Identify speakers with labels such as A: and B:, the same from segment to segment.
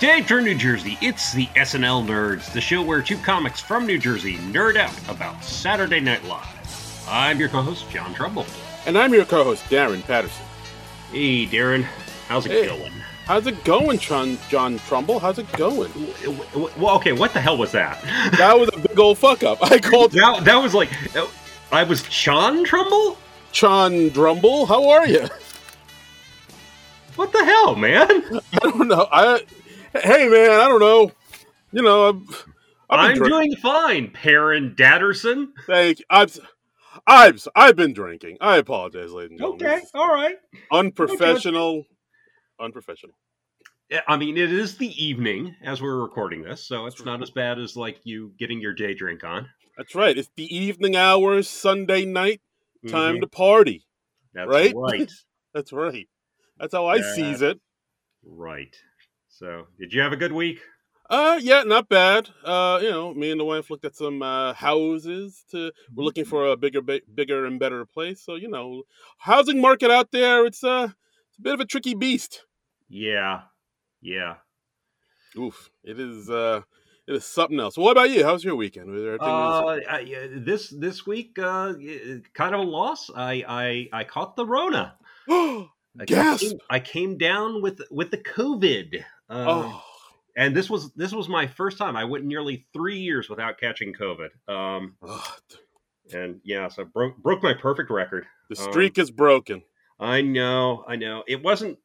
A: Dave Turn New Jersey, it's the SNL Nerds, the show where two comics from New Jersey nerd out about Saturday Night Live. I'm your co host, John Trumbull.
B: And I'm your co host, Darren Patterson.
A: Hey, Darren, how's it
B: Hey.
A: going?
B: How's it going, John, John Trumbull? How's it going?
A: W- w- Well, okay, what the hell was that?
B: That was a big old fuck up. I called
A: that, that was like, uh, I was Sean Trumbull?
B: John Drumble. How are you?
A: What the hell, man?
B: I don't know. I hey man, I don't know. You know, I'm, I've
A: I'm
B: been drinking.
A: doing fine, Perrin Datterson.
B: Thank. I've, I've I've been drinking. I apologize, ladies and gentlemen.
A: Okay, all right.
B: Unprofessional. Unprofessional.
A: I mean, it is the evening as we're recording this, so it's not as bad as like you getting your day drink on.
B: That's right. It's the evening hours, Sunday night. Time
A: Mm-hmm.
B: to party.
A: That's
B: right?
A: Right.
B: That's right. That's how I
A: Yeah.
B: sees it.
A: Right. So, did you have a good week?
B: Uh, yeah, not bad. Uh, you know, me and the wife looked at some uh, houses. To we're looking for a bigger, ba- bigger and better place. So you know, housing market out there, it's uh, it's a bit of a tricky beast.
A: Yeah. Yeah.
B: Oof, it is. Uh, it is something else. What about you? How's your weekend? Was there
A: Uh,
B: everything was-
A: I, yeah, this this week, uh, y- kind of a loss. I I, I caught the Rona.
B: Oh,
A: I
B: Gasp!
A: Came, I came down with with the COVID. Uh,
B: oh,
A: And this was this was my first time. I went nearly three years without catching COVID. Um,
B: ugh, th-
A: and yeah, so broke broke my perfect record.
B: the streak is broken.
A: I know, I know. It wasn't,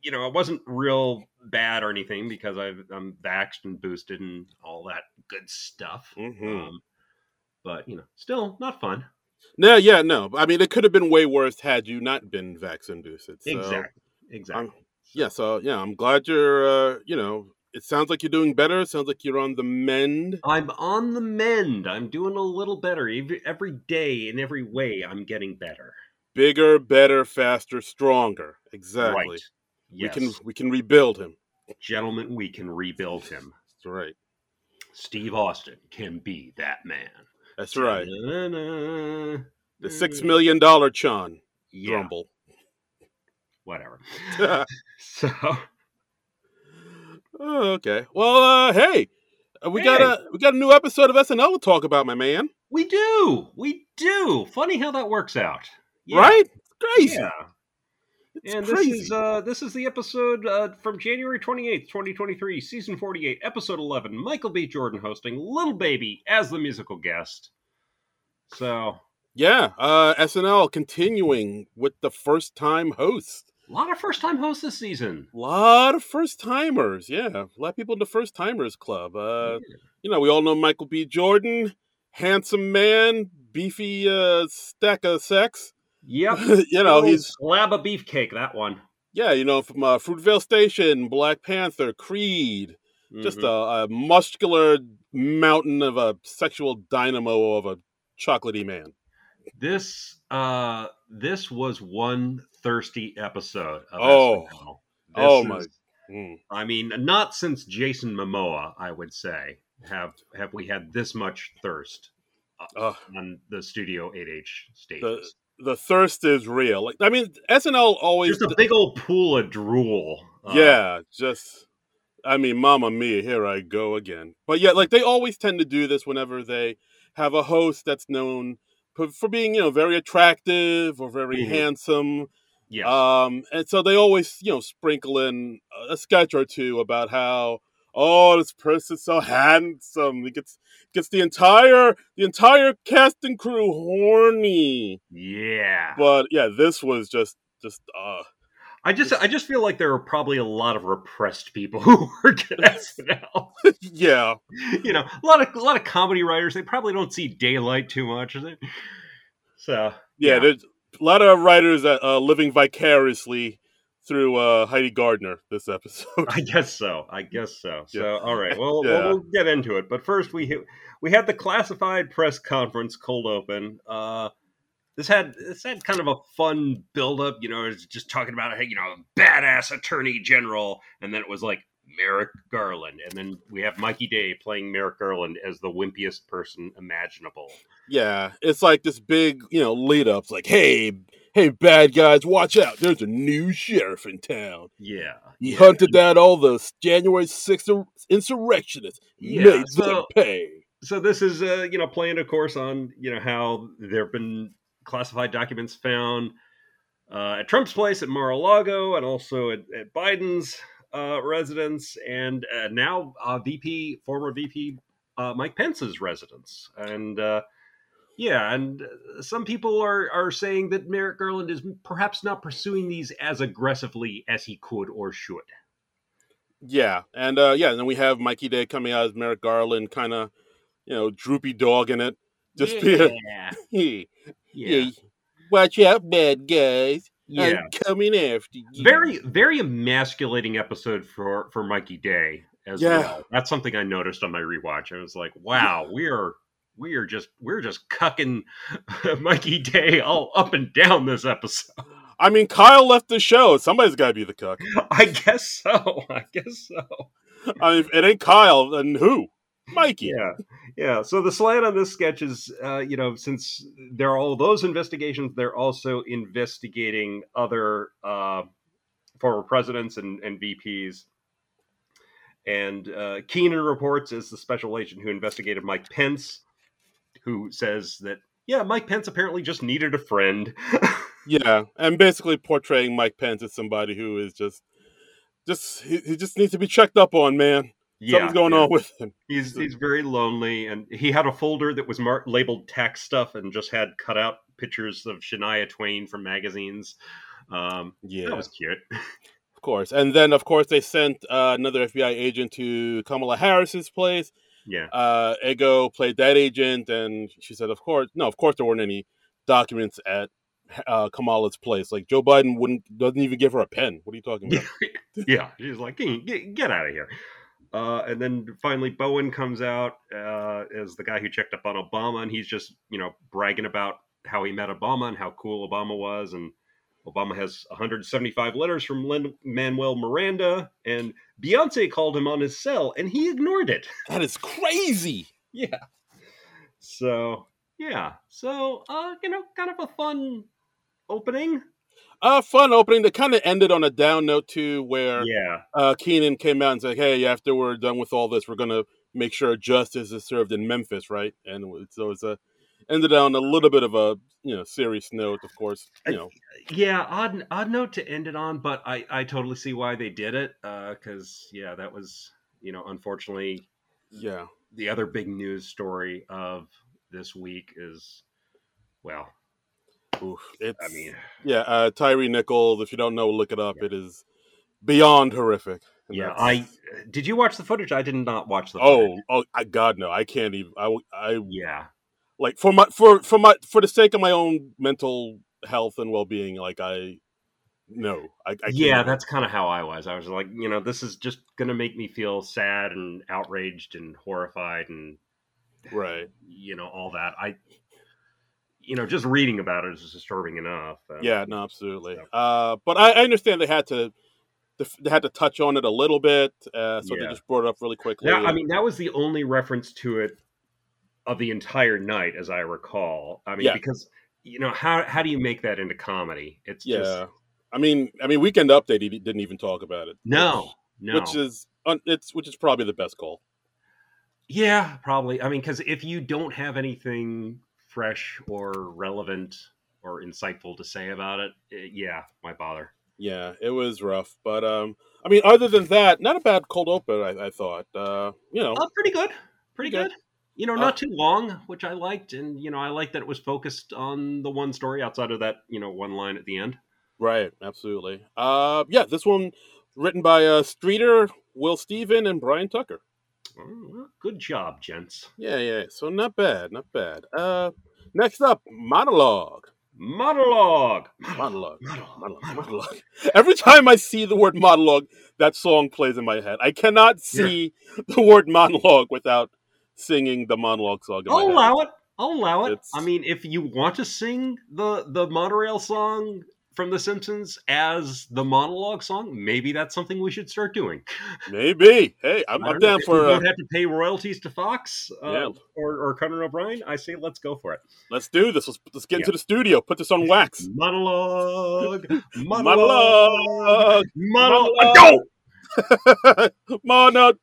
A: you know, it wasn't real bad or anything because I've, I'm vaxxed and boosted and all that good stuff.
B: Mhm.
A: Um, but you know, still not fun.
B: No, yeah, no. I mean, it could have been way worse had you not been vaccine boosted. So,
A: exactly, exactly.
B: I'm- Yeah, so yeah, I'm glad you're. Uh, you know, it sounds like you're doing better. It sounds like you're on the mend.
A: I'm on the mend. I'm doing a little better every, every day in every way. I'm getting better.
B: bigger, better, faster, stronger. Exactly.
A: Right. Yes.
B: We can we can rebuild him.
A: Gentlemen, we can rebuild him.
B: That's right.
A: Steve Austin can be that man.
B: That's right.
A: Da-na-na.
B: The six million dollar Chon
A: Yeah,
B: Grumble.
A: whatever.
B: oh,
A: So
B: Oh, okay. Well, uh, hey, uh, we got
A: Hey.
B: a we got a new episode of SNL to talk about, my man.
A: we do, we do. Funny how that works out, Yeah,
B: Right? It's crazy.
A: Yeah.
B: It's
A: And
B: crazy.
A: this is uh, this is the episode uh, from January twenty eighth, twenty twenty three, season forty eight, episode eleven. Michael B. Jordan hosting Little Baby as the musical guest. So
B: yeah. Uh, SNL continuing with the first time host.
A: a lot of first time hosts this season.
B: A lot of first timers. Yeah, a lot of people in the first timers club. Uh, you know, we all know Michael B. Jordan, handsome man, beefy uh, stack of sex.
A: yep.
B: you know,
A: Little
B: he's
A: slab of beefcake. That one.
B: yeah, you know, from uh, Fruitvale Station, Black Panther, Creed, just
A: Mhm.
B: a, a muscular mountain of a sexual dynamo of a chocolatey man.
A: this uh this was one thirsty episode of
B: Oh.
A: SNL. This
B: Oh, my- Mm.
A: I mean, not since Jason Momoa, I would say, have have we had this much thirst
B: Ugh.
A: on the Studio 8H stage.
B: The- the thirst is real. Like, I mean, SNL always,
A: Just a big old pool of drool. Uh,
B: yeah, just. I mean, Mamma Mia, here I go again. But yeah, like they always tend to do this whenever they have a host that's known for, for being, you know, very attractive or very
A: Mhm.
B: handsome.
A: yes.
B: Um, and so they always, you know, sprinkle in a sketch or two about how, oh, this person's so handsome. He gets gets the entire the entire cast and crew horny.
A: yeah.
B: But yeah, this was just just uh
A: I just I just feel like there are probably a lot of repressed people who work at SNL.
B: yeah.
A: you know, a lot of a lot of comedy writers they probably don't see daylight too much. Is it? So
B: Yeah,
A: Yeah.
B: there's a lot of writers that are living vicariously through uh, Heidi Gardner this episode.
A: I guess so. I guess so. So all right. Well,
B: Yeah.
A: well, we'll get into it. But first, we hit- we had the classified press conference cold open. Uh, this had this had kind of a fun build up. You know, it's just talking about hey, you know, badass attorney general, and then it was like Merrick Garland, and then we have Mikey Day playing Merrick Garland as the wimpiest person imaginable.
B: yeah, it's like this big, you know, lead up. It's like, hey, hey, bad guys, watch out. There's a new sheriff in town.
A: Yeah.
B: He
A: yeah.
B: hunted down all the January 6th in- insurrectionists.
A: Yeah,
B: made them
A: so-
B: pay.
A: so this is uh, you know playing of course on you know how there have been classified documents found uh, at Trump's place at Mar-a-Lago and also at, at Biden's uh, residence and uh, now uh, VP former VP uh, Mike Pence's residence and uh, yeah and uh, some people are are saying that Merrick Garland is perhaps not pursuing these as aggressively as he could or should.
B: Yeah, and uh, yeah, and then we have Mikey Day coming out as Merrick Garland, kind of, you know, droopy dog in it. Just
A: yeah,
B: hey,
A: yeah,
B: hey, watch out, bad guys!
A: yeah.
B: I'm coming after you.
A: very very emasculating episode for for Mikey Day as
B: Yeah.
A: well. That's something I noticed on my rewatch. I was like, wow, we're we're just we're just cucking Mikey Day all up and down this episode.
B: I mean, Kyle left the show. Somebody's got to be the cook.
A: I guess so. I guess so.
B: I mean, if it ain't Kyle, then who? Mikey.
A: Yeah. Yeah. So the slant on this sketch is uh, you know, since there are all those investigations, they're also investigating other uh former presidents and, and VPs. And uh, Keenan reports is the special agent who investigated Mike Pence, who says that, yeah, Mike Pence apparently just needed a friend.
B: Yeah, and basically portraying Mike Pence as somebody who is just, just he, he just needs to be checked up on, man.
A: yeah,
B: Something's going
A: yeah.
B: on with him.
A: He's, he's very lonely, and he had a folder that was marked, labeled tax stuff and just had cut out pictures of Shania Twain from magazines. Um,
B: Yeah,
A: That was cute.
B: of course. And then, of course, they sent uh, another FBI agent to Kamala Harris's place.
A: Yeah.
B: Uh, Ego played that agent, and she said, "Of course, no, of course, there weren't any documents at uh, Kamala's place. Like Joe Biden wouldn't doesn't even give her a pen. What are you talking about?"
A: yeah, she's like, get, get, get out of here. Uh, and then finally, Bowen comes out uh, as the guy who checked up on Obama, and he's just, you know, bragging about how he met Obama and how cool Obama was. And Obama has 175 letters from Lin Manuel Miranda, and Beyonce called him on his cell, and he ignored it.
B: that is crazy.
A: yeah. So, yeah. So, uh, you know, kind of a fun opening.
B: Uh, fun opening. That kind of ended on a down note too, where
A: Yeah.
B: uh, Keenan came out and said, "Hey, after we're done with all this, we're gonna make sure justice is served in Memphis, right?" And w- so it's a ended on a little bit of a you know serious note, of course. You know,
A: yeah odd odd note to end it on but i i totally see why they did it uh because yeah that was you know unfortunately
B: yeah,
A: the other big news story of this week is well
B: Oof. it's
A: i mean
B: yeah, uh, Tyree Nichols. If you don't know, look it up.
A: Yeah.
B: It is beyond horrific. And
A: yeah
B: that's-
A: i did you watch the footage i did not watch the footage.
B: oh oh I, God no, I can't even. I w- I
A: yeah
B: like for my for for my for the sake of my own mental health and well being. Like I no, I, I can't
A: yeah
B: even.
A: that's kind of how i was i was like you know this is just gonna make me feel sad and outraged and horrified and
B: right.
A: you know all that i you know just reading about it is disturbing enough uh,
B: Yeah, no, absolutely.
A: So-
B: Uh, but I, I understand they had to they had to touch on it a little bit, uh, so they
A: Yeah.
B: just brought it up really quickly.
A: Now, I mean, that was the only reference to it of the entire night, as I recall. I mean,
B: Yeah.
A: because you know how how do you make that into comedy? It's
B: yeah,
A: just
B: I mean, I mean, Weekend Update he didn't even talk about it.
A: no, no.
B: which, which is un- it's which is probably the best call.
A: yeah, probably. I mean, because if you don't have anything fresh or relevant or insightful to say about it, eh, yeah, why bother?
B: Yeah, it was rough, but um, I mean, other than that, not a bad cold open. I, I thought, uh, you know,
A: Uh, pretty good, pretty
B: Okay. Uh,
A: good. You know, not too long, which I liked, and you know, I liked that it was focused on the one story outside of that, you know, one line at the end.
B: right? Absolutely. Uh, yeah, this one written by uh, Streeter, Will Steven, and Brian Tucker.
A: Oh, well, good job, gents.
B: Yeah, yeah. So not bad, not bad. Uh, next up, monologue,
A: Monologue.
B: monologue,
A: Monologue.
B: monologue, monologue. Every time I see the word monologue, that song plays in my head. I cannot see the word monologue without singing the monologue song. In my
A: I'll
B: head.
A: allow it. I'll allow it.
B: It's-
A: I mean, if you want to sing the the monorail song from The Simpsons as the monologue song, maybe that's something we should start doing.
B: Maybe. Hey, I'm, I'm down
A: we
B: for. Uh,
A: don't have to pay royalties to Fox uh,
B: Yeah.
A: or, or Conan O'Brien. I say let's go for it.
B: let's do this. Let's, let's get
A: Yeah.
B: into the studio. Put this on wax.
A: Monologue, monologue,
B: Monologue.
A: monologue.
B: Monologue.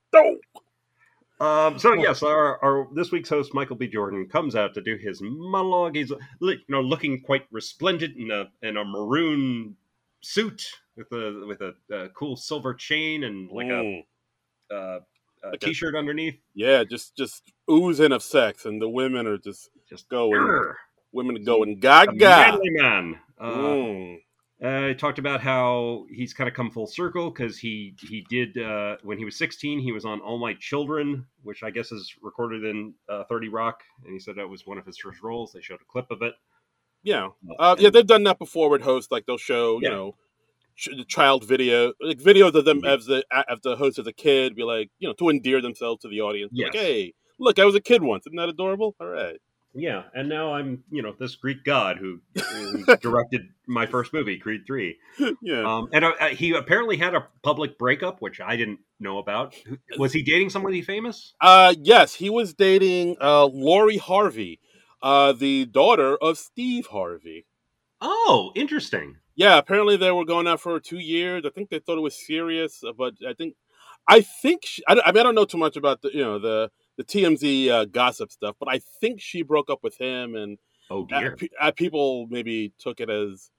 A: Um, so yes, our, our this week's host Michael B. Jordan comes out to do his monologue. He's li- you know looking quite resplendent in a in a maroon suit with a with a uh, cool silver chain and like
B: Mm.
A: a, uh, a
B: Like a-
A: t-shirt underneath.
B: Yeah, just just oozing of sex, and the women are just
A: Just
B: going,
A: Grr,
B: women are going
A: a
B: gaga.
A: manly man. Uh,
B: Mm.
A: uh, he talked about how he's kind of come full circle because he he did uh, when he was 16 he was on All My Children, which I guess is recorded in uh, 30 Rock, and he said that was one of his first roles. They showed a clip of it.
B: Yeah, uh, yeah,
A: And-
B: they've done that before with hosts. Like they'll show,
A: Yeah.
B: you know, ch- child video, like videos of them
A: Mhm.
B: as the as the host as a kid, be like, you know, to endear themselves to the audience. Be Like,
A: Yes.
B: hey, look, I was a kid once. Isn't that adorable? All right.
A: Yeah, and now I'm, you know, this Greek god who, who directed my first movie, Creed 3.
B: yeah.
A: Um, and uh, uh, he apparently had a public breakup, which I didn't know about. Who- Was he dating somebody famous?
B: Uh, yes, he was dating uh Lori Harvey, uh, the daughter of Steve Harvey.
A: Oh, interesting.
B: Yeah, apparently they were going out for two years. I think they thought it was serious, uh, but I think, I think she, I, don't- I mean I don't know too much about the you know the the TMZ uh, gossip stuff, but I think she broke up with him, and
A: Oh,
B: uh,
A: dear.
B: pe- uh, people maybe took it as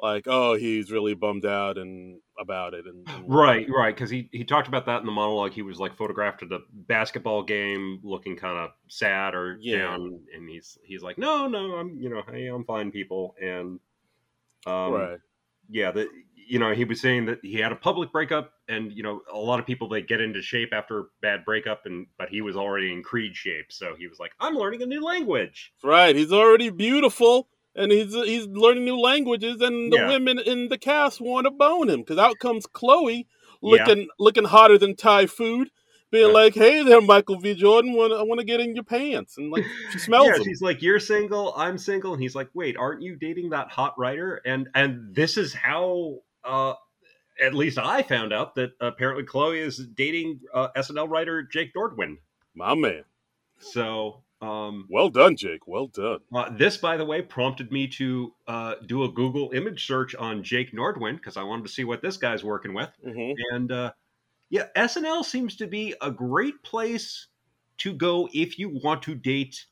B: like, oh, he's really bummed out and about it, and, and
A: Right, right, because he, he talked about that in the monologue. He was like photographed at a basketball game, looking kind of sad or
B: Yeah.
A: down, and he's he's like, no, no, I'm you know, hey, I'm fine, people, and um,
B: right,
A: yeah, that you know, he was saying that he had a public breakup, and you know, a lot of people they get into shape after bad breakup, and but he was already in creed shape, so he was like, "I'm learning a new language."
B: right. He's already beautiful, and he's he's learning new languages, and the
A: Yeah.
B: women in the cast want to bone him because out comes Chloe
A: Yeah.
B: looking looking hotter than Thai food. Being
A: Yeah.
B: like, hey there, Michael V. Jordan, wanna, I want to get in your pants, and like she smells
A: yeah,
B: him.
A: she's like, "You're single, I'm single," and he's like, "Wait, aren't you dating that hot writer?" And and this is how, uh, at least I found out that apparently Chloe is dating uh, SNL writer Jake Nordwin.
B: My man,
A: So. Um,
B: well done, Jake. Well done.
A: Uh, this, by the way, prompted me to uh, do a Google image search on Jake Nordwin because I wanted to see what this guy's working with.
B: hmm
A: And uh, yeah, SNL seems to be a great place to go if you want to date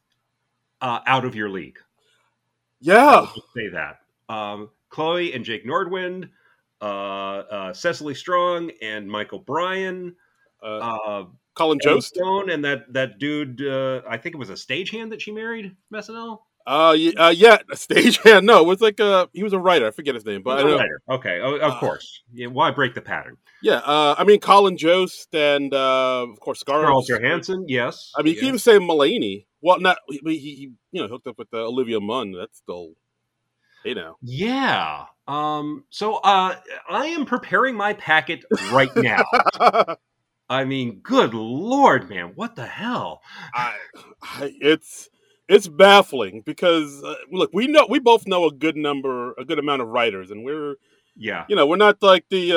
A: uh, out of your league.
B: Yeah,
A: Say that. Um, Chloe and Jake Nordwin, uh, uh, Cecily Strong and Michael Bryan,
B: uh,
A: uh,
B: Colin
A: Emma
B: Jost.
A: Stone, and that that dude. Uh, I think it was a stagehand that she married. from SNL.
B: Uh, y- uh yeah, a stagehand. No, it was like uh he was a writer. I forget his name, but I know.
A: Writer. okay, oh, of
B: Uh,
A: course. Yeah, why break the pattern?
B: Yeah, uh, I mean Colin Jost and uh, of course Scarlett.
A: Scarlett Johansson, yes.
B: I mean, you
A: Yeah.
B: can even say Mulaney. Well, not he, he, he you know hooked up with uh, Olivia Munn. That's still hey now.
A: Yeah. Um, so uh, I am preparing my packet right now.
B: I,
A: I mean, good lord, man, what the hell?
B: I, it's it's baffling because uh, look, we know we both know a good number, a good amount of writers, and we're
A: Yeah.
B: you know we're not like the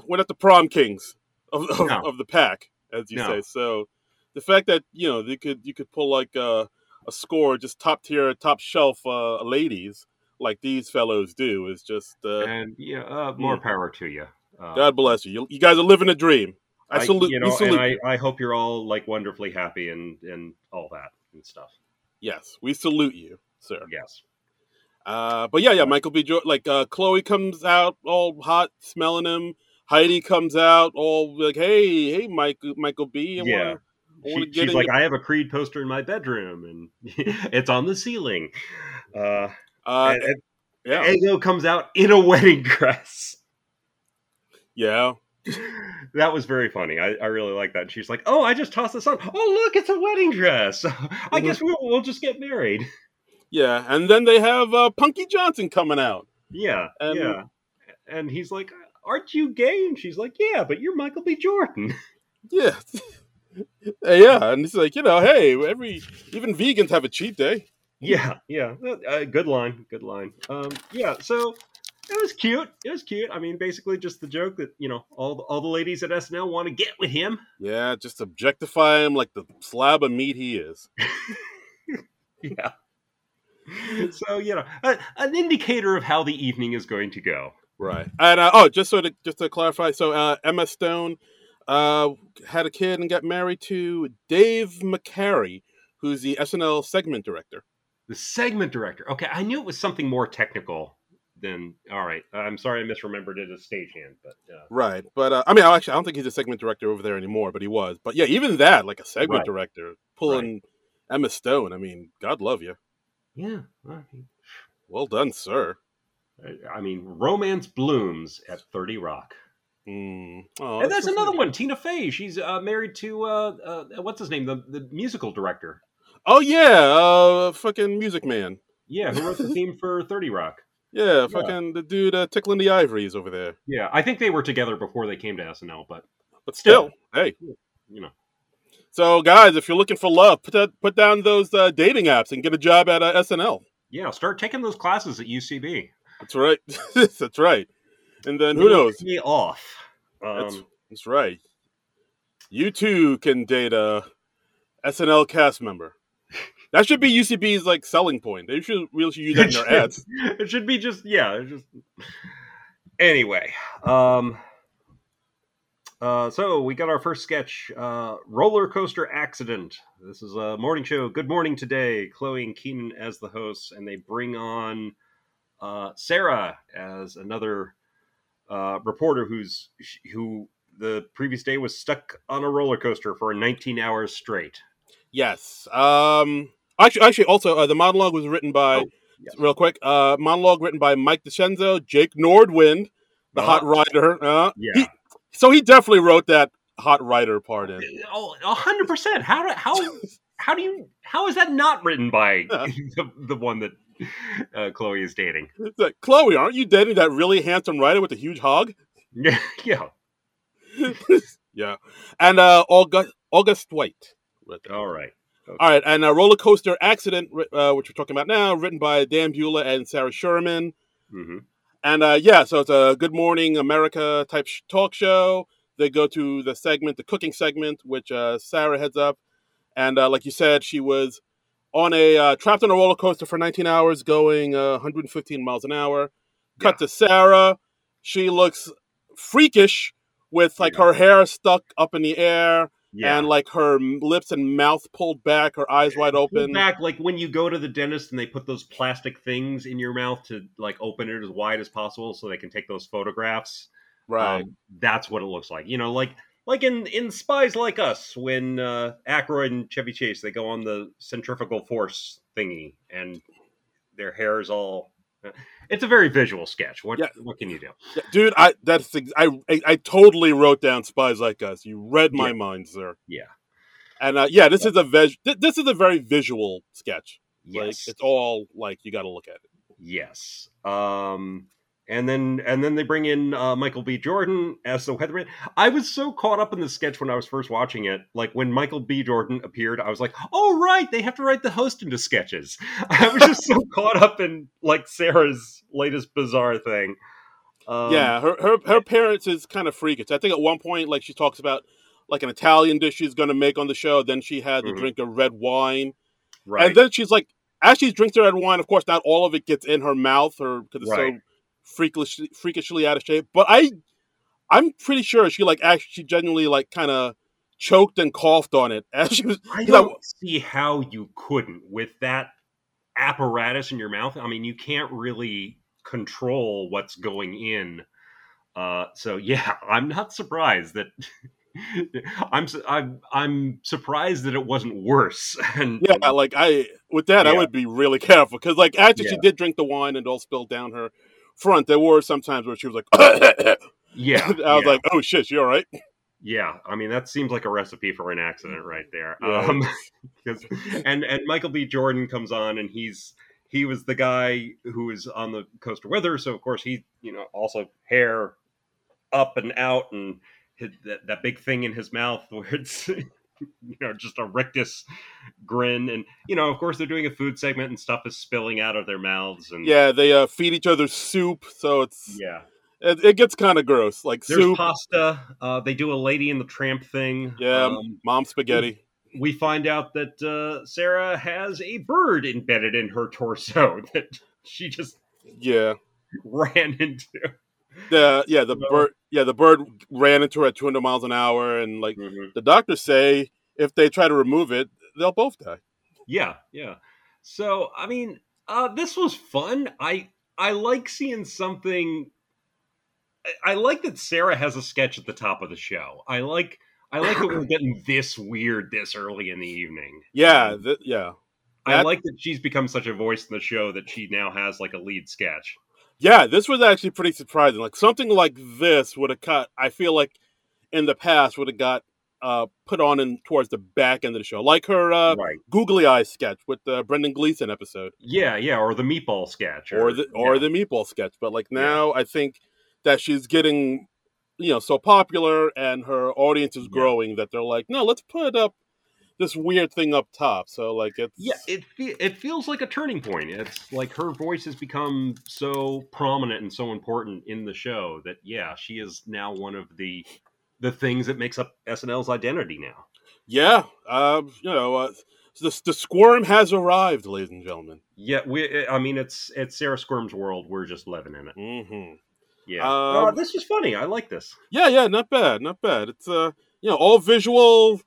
B: uh, we're not the prom kings of of,
A: No.
B: of the pack, as you
A: No.
B: say. So the fact that you know you could you could pull like a, a score just top tier, top shelf uh, ladies like these fellows do is just uh,
A: And yeah, uh, more power to you. Uh,
B: God bless you. you. You guys are living a dream. I, salute.
A: you
B: we
A: know,
B: salute.
A: and I, I hope you're all like wonderfully happy and and all that and stuff.
B: yes, we salute you, sir.
A: Yes.
B: Uh, but yeah, yeah,
A: Right.
B: Michael B. Jordan, like uh, Chloe comes out all hot, smelling him. Heidi comes out all like, "Hey, hey, Michael, Michael B. I
A: Yeah.
B: wanna- I
A: She-
B: wanna get
A: she's
B: in
A: like,
B: your-"
A: I have a Creed poster in my bedroom, and it's on the ceiling. Uh,
B: uh,
A: and, and
B: yeah,
A: Ego comes out in a wedding dress.
B: yeah.
A: that was very funny. I, I really like that. And she's like, "Oh, I just tossed this on. Oh, look, it's a wedding dress. I
B: Mm-hmm.
A: guess we'll, we'll just get married."
B: Yeah, and then they have uh, Punky Johnson coming out.
A: Yeah,
B: Um,
A: yeah. And he's like, "Aren't you gay?" And she's like, "Yeah, but you're Michael B. Jordan."
B: Yeah, yeah, and it's like you know, hey, every even vegans have a cheat day.
A: yeah, yeah. Uh, good line, good line. Um, yeah. So it was cute. It was cute. I mean, basically just the joke that you know all the, all the ladies at SNL want to get with him.
B: Yeah, just objectify him like the slab of meat he is.
A: Yeah. So you know, a, an indicator of how the evening is going to go.
B: Right. And uh, oh, just so to, just to clarify, so uh, Emma Stone uh, had a kid and got married to Dave McCary, who's the SNL segment director.
A: The segment director. Okay, I knew it was something more technical than. All right, I'm sorry I misremembered it as stagehand, but uh,
B: Right. But uh, I mean, I actually, I don't think he's a segment director over there anymore, but he was. But yeah, even that, like a segment
A: Right.
B: director pulling Emma Stone. I mean, God love you.
A: yeah, all right.
B: Well done, sir.
A: I- I mean, romance blooms at Thirty Rock,
B: Mm. Oh,
A: and that's
B: so
A: another
B: sweet.
A: one. Tina Fey. She's uh, married to uh, uh, what's his name, the, the musical director.
B: Oh yeah, uh, fucking Music Man.
A: Yeah, who wrote the theme for Thirty Rock?
B: Yeah, fucking the dude uh, tickling the ivories over there.
A: Yeah, I think they were together before they came to SNL, but
B: But still, hey.
A: you know,
B: So guys, if you're looking for love, put that, put down those uh, dating apps and get a job at uh, SNL.
A: yeah, start taking those classes at UCB.
B: That's right. That's right. And then who knows?
A: Me off.
B: That's,
A: Um,
B: that's right. You too can date a SNL cast member. That should be UCB's like selling point. They should really should use that in their ads.
A: it should be just yeah. it's Just anyway, um, uh, so we got our first sketch: uh, roller coaster accident. This is a morning show. Good morning today. Chloe and Keenan as the hosts, and they bring on uh, Sarah as another uh, reporter who's who the previous day was stuck on a roller coaster for 19 hours straight.
B: Yes. Um. Actually, actually, also uh, the monologue was written by
A: Oh, yes.
B: real quick. Uh, monologue written by Mike DeCenzo, Jake Nordwind, the hot
A: Uh,
B: rider. Uh,
A: Yeah.
B: he- so he definitely wrote that hot rider part in.
A: Oh, a hundred percent. How do how how do you how is that not written by
B: Yeah.
A: the, the one that uh, Chloe is dating?
B: It's like, Chloe, aren't you dating that really handsome rider with the huge hog?
A: Yeah, yeah.
B: yeah, and uh, August August White.
A: All right.
B: All right, and a roller coaster accident, wri- uh, which we're talking about now, written by Dan Beulah and Sarah Sherman.
A: hmm
B: And uh, yeah, so it's a Good Morning America type sh- talk show. They go to the segment, the cooking segment, which uh, Sarah heads up. And uh, like you said, she was on a uh, trapped on a roller coaster for 19 hours, going uh, 115 miles an hour. Cut to Sarah. She looks freakish with like her hair stuck up in the air
A: Yeah.
B: and like her m- lips and mouth pulled back, her eyes wide
A: Pull
B: open.
A: back like when you go to the dentist and they put those plastic things in your mouth to like open it as wide as possible so they can take those photographs.
B: Right.
A: Um, that's what it looks like. You know, like like in in Spies Like Us when uh, Aykroyd and Chevy Chase they go on the centrifugal force thingy and their hair is all. uh, It's a very visual sketch. What
B: Yeah.
A: what can you do?
B: Yeah, dude, I that's ex- I, I I totally wrote down spies like us. You read my
A: Yeah.
B: mind, sir.
A: Yeah.
B: And uh, yeah, this is a vis- thi- this is a very visual sketch. Like
A: Yes,
B: it's all like you got to look at it.
A: yes. Um, and then and then they bring in uh, Michael B. Jordan as the weatherman. I was so caught up in the sketch when I was first watching it. Like when Michael B. Jordan appeared, I was like, "Oh right, they have to write the host into sketches." I was just so caught up in like Sarah's latest bizarre thing. Um,
B: yeah, her her her parents is kind of freakish. I think at one point like she talks about like an Italian dish she's going to make on the show, then she had to
A: Mhm.
B: drink a red wine.
A: right.
B: And then she's like as she's drinks the red wine, of course not all of it gets in her mouth or cuz it's
A: Right.
B: so freakishly freakishly out of shape, but I I'm pretty sure she like actually she genuinely like kind of choked and coughed on it as she was.
A: I
B: he's like,
A: don't see how you couldn't with that apparatus in your mouth. I mean, you can't really control what's going in. Uh, so yeah, I'm not surprised that I'm su- I'm I'm surprised that it wasn't worse. And
B: Yeah, like I with that I
A: Mm-hmm. Yeah.
B: would be really careful because like after she
A: Yeah.
B: did drink the wine and it all spilled down her front, there were some times where she was like, I
A: yeah,
B: was
A: yeah,
B: like, oh shit, she all right?
A: yeah. I mean, that seems like a recipe for an accident right there.
B: Mm-hmm.
A: Um,
B: Yeah.
A: 'cause- and and Michael B. Jordan comes on, and he's he was the guy who was on the Coaster Weather, so of course he you know also hair up and out and hit that, that big thing in his mouth where it's you know, just a rictus grin. And, you know, of course, they're doing a food segment and stuff is spilling out of their mouths. And
B: Yeah, they uh, feed each other soup, so it's
A: yeah.
B: it, it gets kind of gross. Like
A: There's
B: soup,
A: pasta. Uh, they do a lady in the tramp thing.
B: yeah,
A: Um,
B: mom spaghetti.
A: we find out that uh, Sarah has a bird embedded in her torso that she just
B: Yeah,
A: ran into.
B: the yeah the
A: No.
B: bird yeah the bird ran into her at 200 miles an hour, and like the doctors say, if they try to remove it, they'll both die.
A: Yeah, yeah. So I mean, uh, this was fun. I I like seeing something. I, I like that Sarah has a sketch at the top of the show. I like I like that we're getting this weird this early in the evening.
B: Yeah, th- yeah,
A: I
B: That-
A: like that she's become such a voice in the show that she now has like a lead sketch.
B: yeah. This was actually pretty surprising. Like something like this would have cut. I feel like in the past would have got uh put on in towards the back end of the show, like her uh,
A: right.
B: googly eyes sketch with the Brendan Gleeson episode.
A: Yeah, yeah, or the meatball sketch,
B: or the or
A: yeah.
B: the meatball sketch. But like now, I think that she's getting you know so popular and her audience is
A: Yeah.
B: growing that they're like, no, let's put up this weird thing up top. So like it's
A: yeah, it fe- it feels like a turning point. It's like her voice has become so prominent and so important in the show that yeah, she is now one of the the things that makes up SNL's identity now.
B: yeah, uh, you know. Uh, the, the squirm has arrived, ladies and gentlemen.
A: Yeah, we. I mean, it's it's Sarah Squirm's world. We're just living in it.
B: hmm
A: Yeah,
B: Um,
A: Uh, this was funny. I like this.
B: Yeah, yeah, not bad, not bad. It's uh, you know, all visual,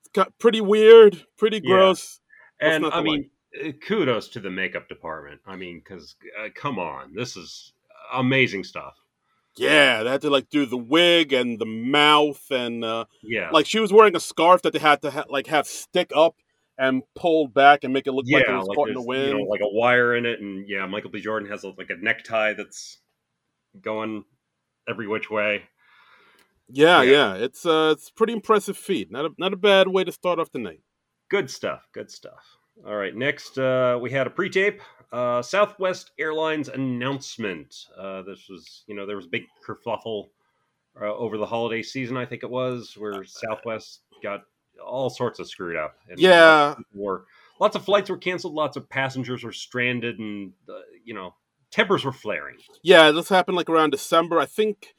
B: it's got pretty weird, pretty
A: Yeah.
B: gross. What's
A: and
B: not
A: I
B: to
A: mean, uh kudos to the makeup department. I mean, because uh, come on, this is uh, amazing stuff.
B: Yeah, they had to like do the wig and the mouth and uh,
A: Yeah,
B: like she was wearing a scarf that they had to ha- like have stick up and pulled back and make it look
A: yeah,
B: like it was caught in the
A: there's,
B: wind.
A: You know, like a wire in it, and yeah, Michael B. Jordan has a, like a necktie that's going every which way.
B: yeah,
A: yeah.
B: yeah, it's uh, it's a pretty impressive feat. Not a not a bad way to start off the night.
A: Good stuff. Good stuff. All right, next uh, we had a pre-tape uh, Southwest Airlines announcement. Uh, this was, you know, there was a big kerfluffle uh, over the holiday season. I think it was where Southwest got all sorts of screwed up. And
B: Yeah,
A: were lots of flights were canceled, lots of passengers were stranded, and uh, you know, tempers were flaring.
B: yeah, this happened like around December. I think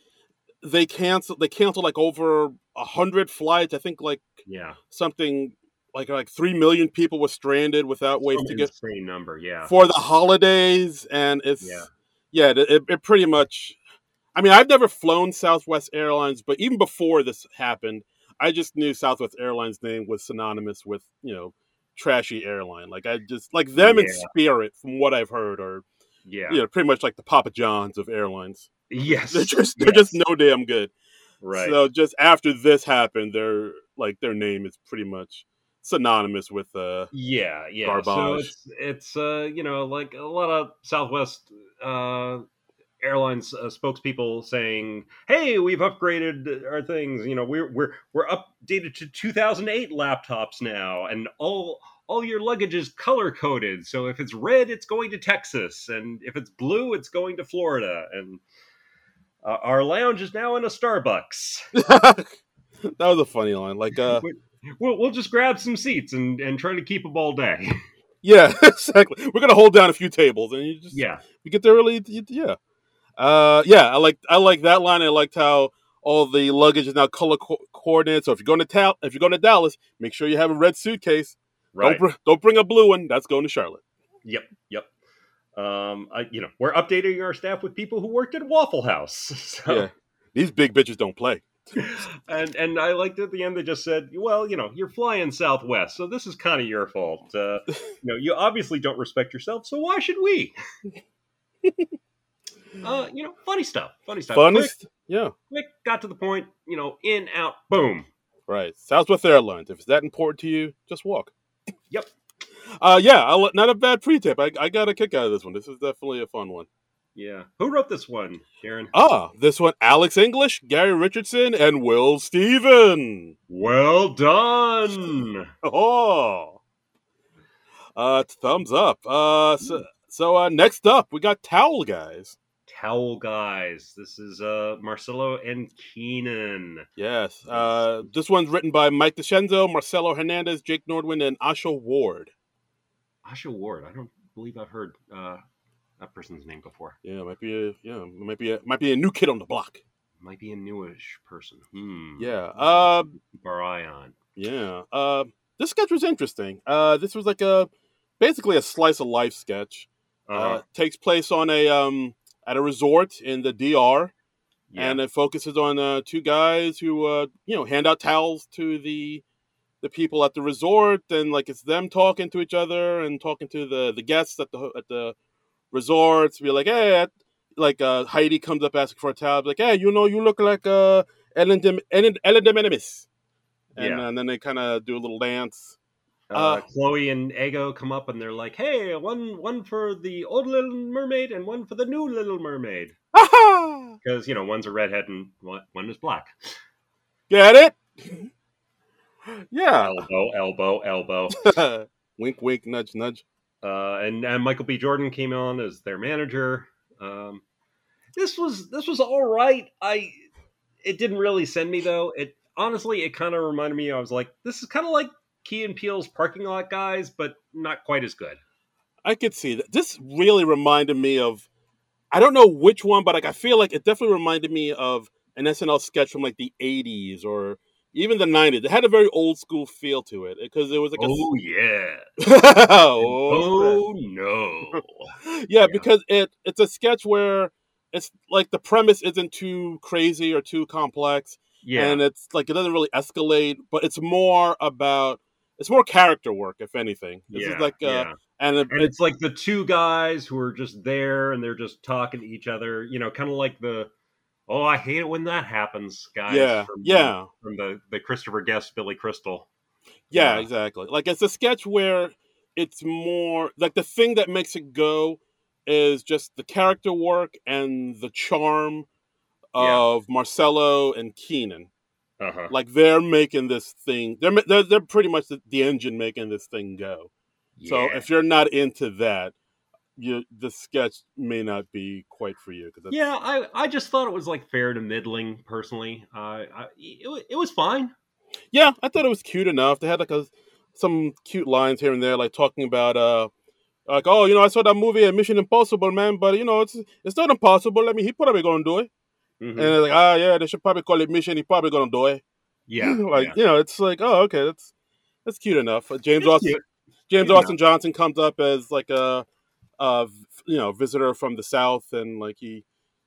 B: they canceled they canceled like over a hundred flights. I think like
A: Yeah.
B: something like like three million people were stranded without ways to
A: Some
B: get
A: insane number. Yeah,
B: for the holidays, and it's
A: Yeah.
B: yeah, it, it, it pretty much. I mean, I've never flown Southwest Airlines, but even before this happened, I just knew Southwest Airlines' name was synonymous with you know trashy airline. Like I just like them in
A: Yeah.
B: spirit, from what I've heard, or
A: yeah,
B: you know, pretty much like the Papa Johns of airlines.
A: yes,
B: They're just they're just no damn good.
A: right.
B: So just after this happened, their like their name is pretty much synonymous with uh
A: yeah, yeah. So
B: Garbage.
A: it's it's uh, you know like a lot of Southwest uh, Airlines uh, spokespeople saying, "Hey, we've upgraded our things. You know, we're we're we're updated to 2008 laptops now, and all." All your luggage is color coded, so if it's red, it's going to Texas, and if it's blue, it's going to Florida. And uh, our lounge is now in a Starbucks.
B: that was a funny line. Like uh
A: We'll, we'll just grab some seats and, and try to keep them all day.
B: Yeah, exactly. We're gonna hold down a few tables, and you just
A: yeah.
B: we get there early. you- Yeah, uh, yeah. I like I like that line. I liked how all the luggage is now color co- coordinated. So if you're going to Tal- if you're going to Dallas, make sure you have a red suitcase. Don't
A: Right.
B: br- don't bring a blue one. That's going to Charlotte.
A: yep. Yep. Um, I, you know, we're updating our staff with people who worked at Waffle House. So,
B: Yeah, these big bitches don't play.
A: and and I liked at the end they just said, well, you know, you're flying Southwest, so this is kind of your fault. Uh, you know, you obviously don't respect yourself, so why should we? uh, you know, funny stuff. Funny stuff. Quick,
B: Funnest, yeah,
A: quick, got to the point. You know, in out, boom.
B: right. Southwest Airlines. If it's that important to you, just walk.
A: Yep.
B: Uh, yeah, I li- not a bad pre-tip. I, I got a kick out of this one. This is definitely a fun one.
A: Yeah. Who wrote this one, Darren?
B: Ah, this one Alex English, Gary Richardson, and Will Steven.
A: Well done.
B: Oh. Uh, thumbs up. Uh, so, so uh, next up, we got Towel Guys.
A: Cowl Guys. This is uh, Marcelo and Keenan.
B: Yes. Uh, this one's written by Mike DeScenzo, Marcelo Hernandez, Jake Nordwin, and Asha Ward.
A: Asha Ward. I don't believe I've heard uh, that person's name before.
B: Yeah, might be a yeah, might be a might be a new kid on the block.
A: Might be a newish person. Hmm.
B: Yeah. Uh,
A: Keep our eye on.
B: yeah. Uh, this sketch was interesting. Uh, this was like a basically a slice of life sketch.
A: Uh-huh.
B: Uh, takes place on a um at a resort in the DR.
A: yeah.
B: and it focuses on uh, two guys who uh, you know hand out towels to the the people at the resort, and like it's them talking to each other and talking to the the guests at the ho- at the resorts. Be like, hey, I-" like uh, Heidi comes up asking for a towel, be like, hey, you know, you look like uh, Ellen De, Ellen, Ellen DeMinimis. And,
A: Yeah.
B: uh, and then they kind of do a little dance.
A: uh,
B: uh,
A: Chloe and Ego come up and they're like, "Hey, one one for the old Little Mermaid and one for the new Little Mermaid."
B: Aha!
A: Because you know, one's a redhead and one one is black.
B: Get it? yeah.
A: Elbow, elbow, elbow.
B: wink, wink, nudge, nudge.
A: uh, and, and Michael B. Jordan came on as their manager. Um, this was this was all right. I it didn't really send me though. It honestly it kind of reminded me. I was like, this is kind of like Key and Peele's Parking Lot Guys, but not quite as good.
B: I could see that. This really reminded me of I don't know which one, but like I feel like it definitely reminded me of an SNL sketch from like the '80s or even the '90s. It had a very old school feel to it because it was like a
A: oh yeah. oh
B: Oh,
A: no.
B: yeah, because it it's a sketch where it's like the premise isn't too crazy or too complex
A: Yeah.
B: and it's like it doesn't really escalate but it's more about it's more character work if anything this
A: yeah,
B: is like uh
A: yeah.
B: and, it,
A: and it's like the two guys who are just there and they're just talking to each other, you know, kind of like the oh, I hate it when that happens, guys.
B: yeah
A: from-
B: yeah
A: from the the Christopher Guest Billy Crystal.
B: Yeah,
A: Yeah.
B: exactly. Like it's a sketch where it's more like the thing that makes it go is just the character work and the charm
A: Yeah.
B: of Marcello and Keenan.
A: Uh huh.
B: Like they're making this thing. They're ma- they're, they're pretty much the, the engine making this thing go. So if you're not into that, you the sketch may not be quite for you. 'cause that's-
A: yeah, I I just thought it was like fair to middling personally. Uh, I it, wa- it was fine.
B: Yeah, I thought it was cute enough. They had like a some cute lines here and there, like talking about uh like oh you know I saw that movie uh, Mission Impossible man, but you know it's it's not impossible. I mean he probably gonna do it,
A: Mhm.
B: and they're like ah yeah they should probably call it Mission. He probably gonna do it.
A: yeah,
B: like
A: yeah.
B: you know it's like oh okay that's that's cute enough. Uh, James
A: It's
B: Austin
A: cute.
B: James
A: Yeah.
B: Austin Johnson comes up as like a uh you know visitor from the south and like he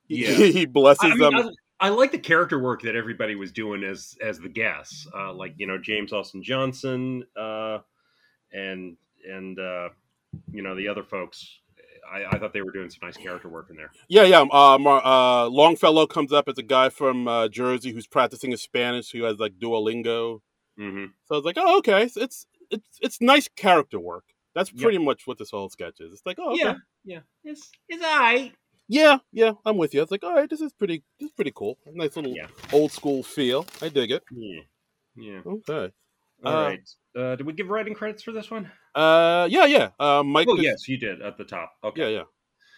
B: he,
A: Yeah.
B: he blesses
A: I, I
B: them.
A: mean, I, I like the character work that everybody was doing as as the guests, uh, like you know James Austin Johnson, uh, and and uh, you know the other folks. I, I thought they were doing some nice character work in there.
B: Yeah, yeah. Uh, Mar- uh, Longfellow comes up as a guy from uh, Jersey who's practicing his Spanish, who has like Duolingo.
A: hmm
B: So I was like, oh, okay, it's it's it's, it's nice character work. That's
A: Yep.
B: pretty much what this whole sketch is. It's like, oh, okay.
A: Yeah, yeah, it's it's all right.
B: yeah, yeah, I'm with you. It's like, all right, this is pretty, this is pretty cool. Nice little
A: Yeah.
B: old school feel. I dig it.
A: Yeah, yeah.
B: Okay.
A: All
B: Uh,
A: right. Uh, did we give writing credits for this one?
B: Uh, yeah, yeah. Uh, Mike.
A: Oh,
B: is-
A: yes, you did at the top. Okay.
B: yeah,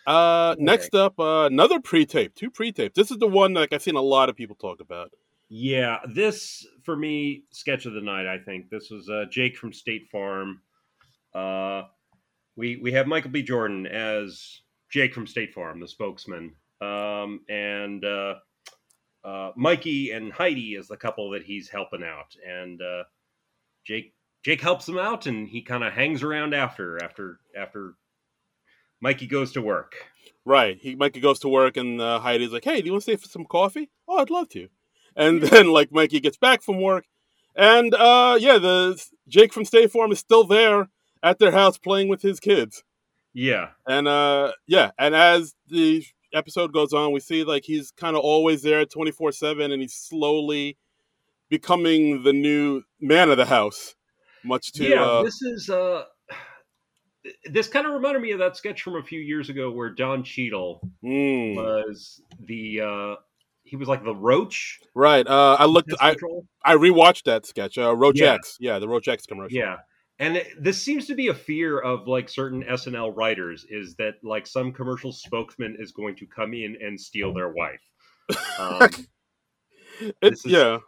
B: yeah. Uh, next up, uh, another pre-tape, two pre-tapes. This is the one like I've seen a lot of people talk about.
A: Yeah, this for me sketch of the night. I think this was uh, Jake from State Farm. Uh, we we have Michael B. Jordan as Jake from State Farm, the spokesman, um, and uh, uh, Mikey and Heidi is the couple that he's helping out, and uh, Jake Jake helps them out, and he kind of hangs around after after after Mikey goes to work.
B: Right. He Mikey goes to work and uh, Heidi's like, "Hey, do you want to stay for some coffee?" "Oh, I'd love to." And then like Mikey gets back from work, and uh, yeah, the Jake from State Farm is still there at their house playing with his kids,
A: Yeah,
B: and uh, yeah, and as the episode goes on, we see like he's kind of always there twenty four seven, and he's slowly becoming the new man of the house, much to
A: yeah,
B: uh,
A: this is uh, this kind of reminded me of that sketch from a few years ago where Don Cheadle
B: mm.
A: was the uh, he was like the roach.
B: right. Uh, I looked,
A: pest
B: I
A: control.
B: I rewatched that sketch, uh, Roach
A: Yeah.
B: X, yeah, the Roach X commercial,
A: yeah, and it- this seems to be a fear of like certain SNL writers is that like some commercial spokesman is going to come in and steal their wife. Um,
B: It's
A: This is-
B: yeah.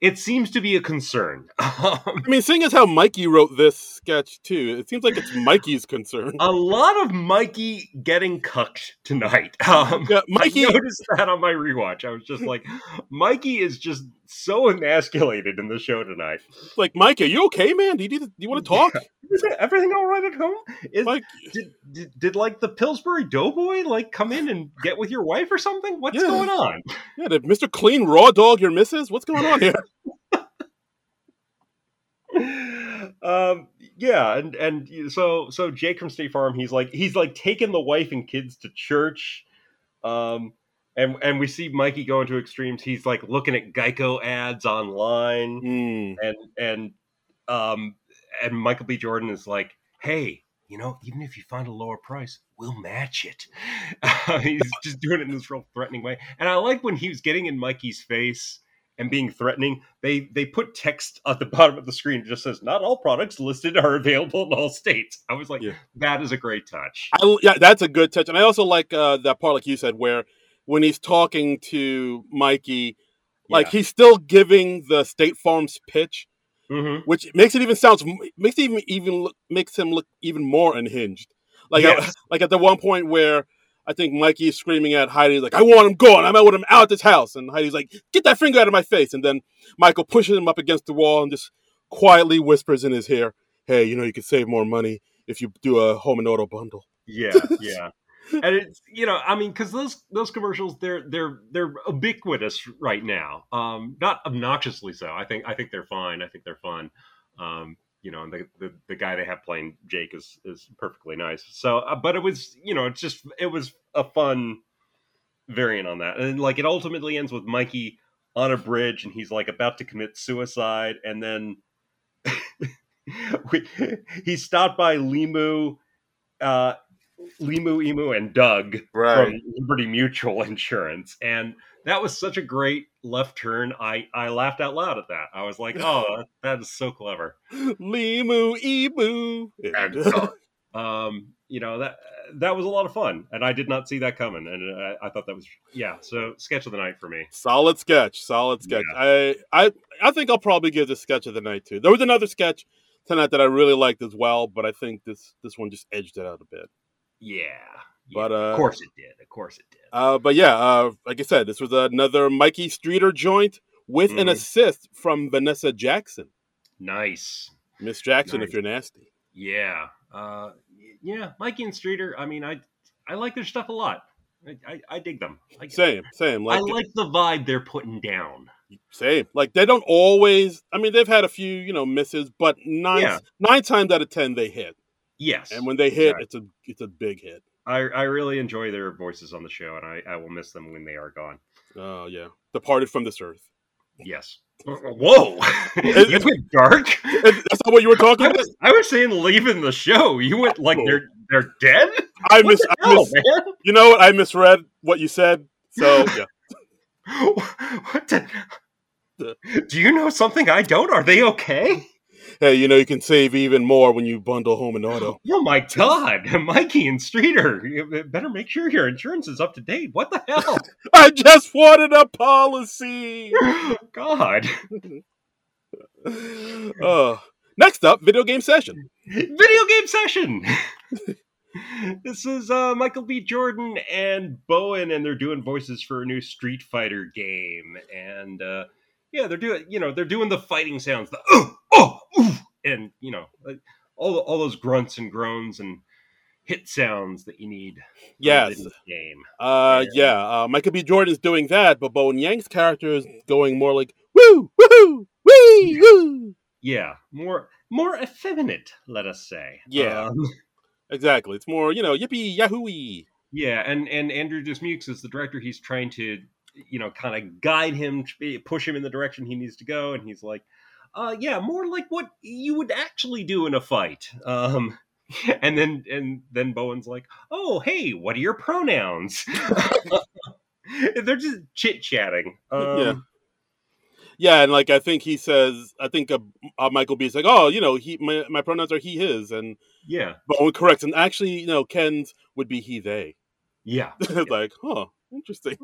A: it seems to be a concern. Um,
B: I mean, seeing as how Mikey wrote this sketch too, it seems like it's Mikey's concern.
A: a lot of Mikey getting cucked tonight. Um,
B: Yeah,
A: Mikey
B: Mikey.
A: noticed that on my rewatch. I was just like, Mikey is just so emasculated in the show tonight.
B: Like Mike, are you okay, man? Do you need? To, do you want to talk?
A: Is everything all right at home? Is
B: Mike,
A: did, did, did like the Pillsbury Doughboy like come in and get with your wife or something? What's
B: Yeah.
A: going on?
B: yeah, did Mister Clean Raw Dog your missus? What's going on here?
A: Um, yeah, and and so so Jake from State Farm, he's like he's like taking the wife and kids to church. Um, and and we see Mikey going to extremes. He's like looking at Geico ads online.
B: Hmm.
A: and and um and Michael B. Jordan is like, hey, you know, even if you find a lower price, we'll match it. He's just doing it in this real threatening way, and I like when he was getting in Mikey's face and being threatening. They they put text at the bottom of the screen that just says, "Not all products listed are available in all states." I was like,
B: Yeah.
A: that is a great touch.
B: I, yeah, that's a good touch, and I also like uh, that part, like you said, where when he's talking to Mikey, like he's still giving the State Farm's pitch,
A: hmm
B: which makes it even sounds makes it even even look, makes him look even more unhinged. Like at-
A: Yes.
B: like at the one point where I think Mikey is screaming at Heidi like, "I want him gone! I want him out of this house!" And Heidi's like, "Get that finger out of my face!" And then Michael pushes him up against the wall and just quietly whispers in his ear, "Hey, you know you could save more money if you do a home and auto bundle."
A: Yeah, yeah. And it's you know, I mean, because those those commercials they're they're they're ubiquitous right now. Um, not obnoxiously so. I think I think they're fine. I think they're fun. Um, you know, and the, the the guy they have playing Jake is is perfectly nice. So, uh, but it was you know, it's just it was a fun variant on that, and like it ultimately ends with Mikey on a bridge, and he's like about to commit suicide, and then we, he's stopped by Limu. Uh, Limu Emu and Doug from Liberty Mutual Insurance, and that was such a great left turn. I I laughed out loud at that. I was like, "Oh, that, that is so clever."
B: Limu Ebu.
A: And so, um, you know that that was a lot of fun, and I did not see that coming. And uh, I, I thought that was yeah. So sketch of the night for me.
B: Solid sketch, solid sketch. I, I, I think I'll probably give this sketch of the night too. There was another sketch tonight that I really liked as well, but I think this this one just edged it out a bit.
A: Yeah,
B: But,
A: Yeah,
B: uh,
A: of course it did. Of course it did.
B: Uh, but yeah, uh, like I said, this was another Mikey Streeter joint with an
A: Mhm.
B: assist from Vanessa Jackson,
A: nice.
B: Miss Jackson. If
A: Nice.
B: you're nasty,
A: Yeah. Uh, y- yeah. Mikey and Streeter. I mean, I I like their stuff a lot. I, I, I dig them. I,
B: same, same. Like,
A: I like the vibe they're putting down.
B: Same. Like they don't always. I mean, they've had a few, you know, misses, but nine
A: Yeah.
B: nine times out of ten they hit,
A: Yes,
B: and when they hit,
A: Right.
B: it's a it's a big hit.
A: I, I really enjoy their voices on the show, and I, I will miss them when they are gone.
B: Oh yeah, departed from this earth.
A: Yes. Uh, Whoa, you
B: it's-
A: went dark.
B: And that's not what you were talking
A: I
B: about.
A: was, I was saying leaving the show. You went like
B: Oh.
A: they're they're dead.
B: I
A: What
B: mis,
A: the
B: I
A: hell,
B: mis- you know what? I misread what you said. So yeah.
A: man? What the? Do you know something I don't? Are they okay?
B: hey, you know you can save even more when you bundle home and auto.
A: Oh my god, Mikey and Streeter, you better make sure your insurance is up to date. What the hell?
B: I just wanted a policy.
A: god.
B: uh, next up, video game session.
A: video game session. this is uh, Michael B. Jordan and Bowen, and they're doing voices for a new Street Fighter game. And uh, yeah, they're doing you know they're doing the fighting sounds, the oh oh ooh, and you know like, all all those grunts and groans and hit sounds that you need. uh,
B: Yes.
A: in this game.
B: Uh,
A: Yeah.
B: yeah, uh, Michael B. Jordan's doing that, but Bowen Yang's character is going more like woo, woo, wee, woo.
A: Yeah, more more effeminate, let us say.
B: Yeah.
A: Um,
B: Exactly. It's more, you know, yippee, yahooey.
A: Yeah, and and Andrew Dismukes is the director. He's trying to, you know, kind of guide him, t- push him in the direction he needs to go, and he's like, uh, yeah, more like what you would actually do in a fight. Um, and then and then Bowen's like, oh hey, what are your pronouns? They're just chit chatting. Um,
B: Yeah. yeah, and like I think he says, I think uh, uh, Michael B is like, oh, you know, he my, my pronouns are he his, and
A: Yeah.
B: but correct, and actually, you know, Ken's would be he they.
A: Yeah.
B: like, huh, interesting.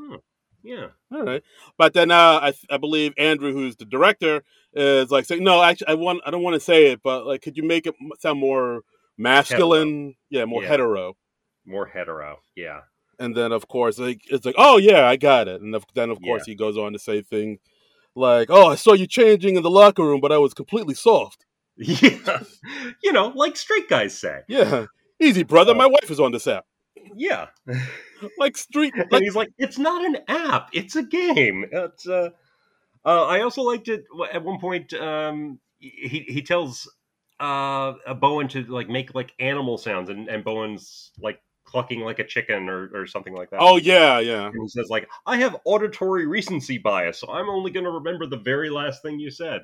A: Yeah.
B: All right, but then uh, I I believe Andrew, who's the director, is like saying, no, actually, I want I don't want to say it, but like, could you make it m- sound more masculine? Yeah, more
A: Yeah.
B: hetero.
A: More hetero. Yeah.
B: And then of course, like it's like, oh yeah, I got it. And of- then of course he goes on to say things like, oh, I saw you changing in the locker room, but I was completely soft.
A: Yeah. you know, like straight guys say.
B: Yeah, easy,
A: Oh.
B: brother. My wife is on this app,
A: Yeah.
B: like street.
A: and
B: Like,
A: he's like, "It's not an app; it's a game." It's, uh, uh, I also liked it at one point. Um, he he tells uh, uh, Bowen to like make like animal sounds, and, and Bowen's like clucking like a chicken or, or something like that.
B: oh yeah, yeah,
A: And he says like, "I have auditory recency bias, so I'm only going to remember the very last thing you said."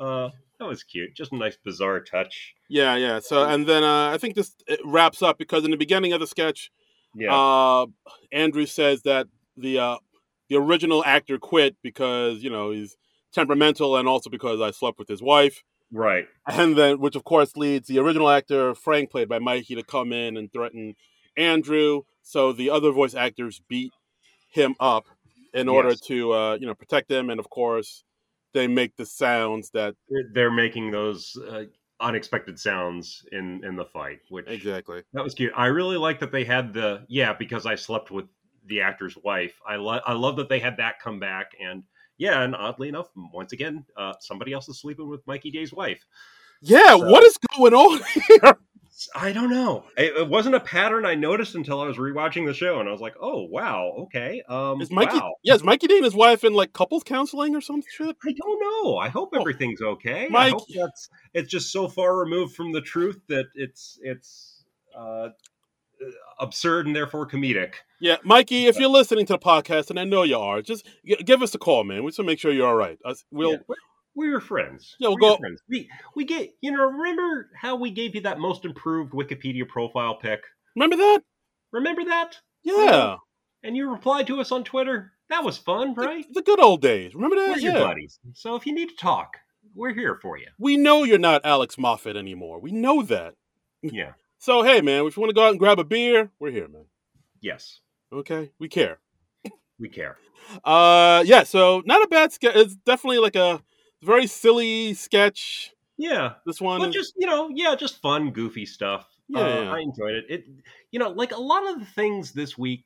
A: Uh, that was cute. Just a nice bizarre touch.
B: yeah, yeah. So and then uh, I think this it wraps up because in the beginning of the sketch,
A: Yeah,
B: uh, Andrew says that the uh, the original actor quit because you know he's temperamental and also because I slept with his wife.
A: right.
B: and then which of course leads the original actor frank played by mikey to come in and threaten andrew so the other voice actors beat him up in order
A: Yes.
B: to uh, you know protect him and of course they make the sounds that
A: They're- They're making those uh, unexpected sounds in in the fight, which
B: exactly
A: That was cute. I really like that they had the yeah because I slept with the actor's wife. I lo- I love that they had that come back and yeah, and oddly enough, once again, uh, somebody else is sleeping with Mikey Day's wife.
B: yeah
A: So-
B: what is going on here
A: I don't know. It, it wasn't a pattern I noticed until I was rewatching the show, and I was like, oh wow, okay. Um,
B: is mikey
A: wow.
B: yeah is mikey Dean and his wife in like couples counseling or some shit
A: I don't know. I
B: Oh.
A: hope everything's okay. I
B: Mike-
A: hope that's it's just so far removed from the truth that it's it's uh, absurd and therefore comedic.
B: yeah mikey if you're listening to the podcast and i know you are just g- give us a call man we just want to make sure you're all right Us- we'll
A: Yeah, we're- we're your friends.
B: Yeah, we'll
A: We're your
B: go-
A: friends. We we get you know. Remember how we gave you that most improved Wikipedia profile pick?
B: remember that
A: Remember that?
B: yeah
A: And you replied to us on Twitter. That was fun,
B: The-
A: right?
B: The, good old days. Remember that?
A: We're your
B: Yeah.
A: buddies. So if you need to talk, we're here for you.
B: We know you're not Alex Moffat anymore. We know that.
A: Yeah.
B: So hey, man, if you want to go out and grab a beer, we're here, man.
A: Yes,
B: Okay, we care.
A: we care.
B: Uh, yeah. So not a bad sketch. It's definitely like a very silly sketch.
A: Yeah.
B: This one.
A: But
B: is-
A: just you know, yeah, just fun, goofy stuff.
B: Yeah,
A: uh,
B: yeah.
A: I enjoyed it. It, you know, like a lot of the things this week.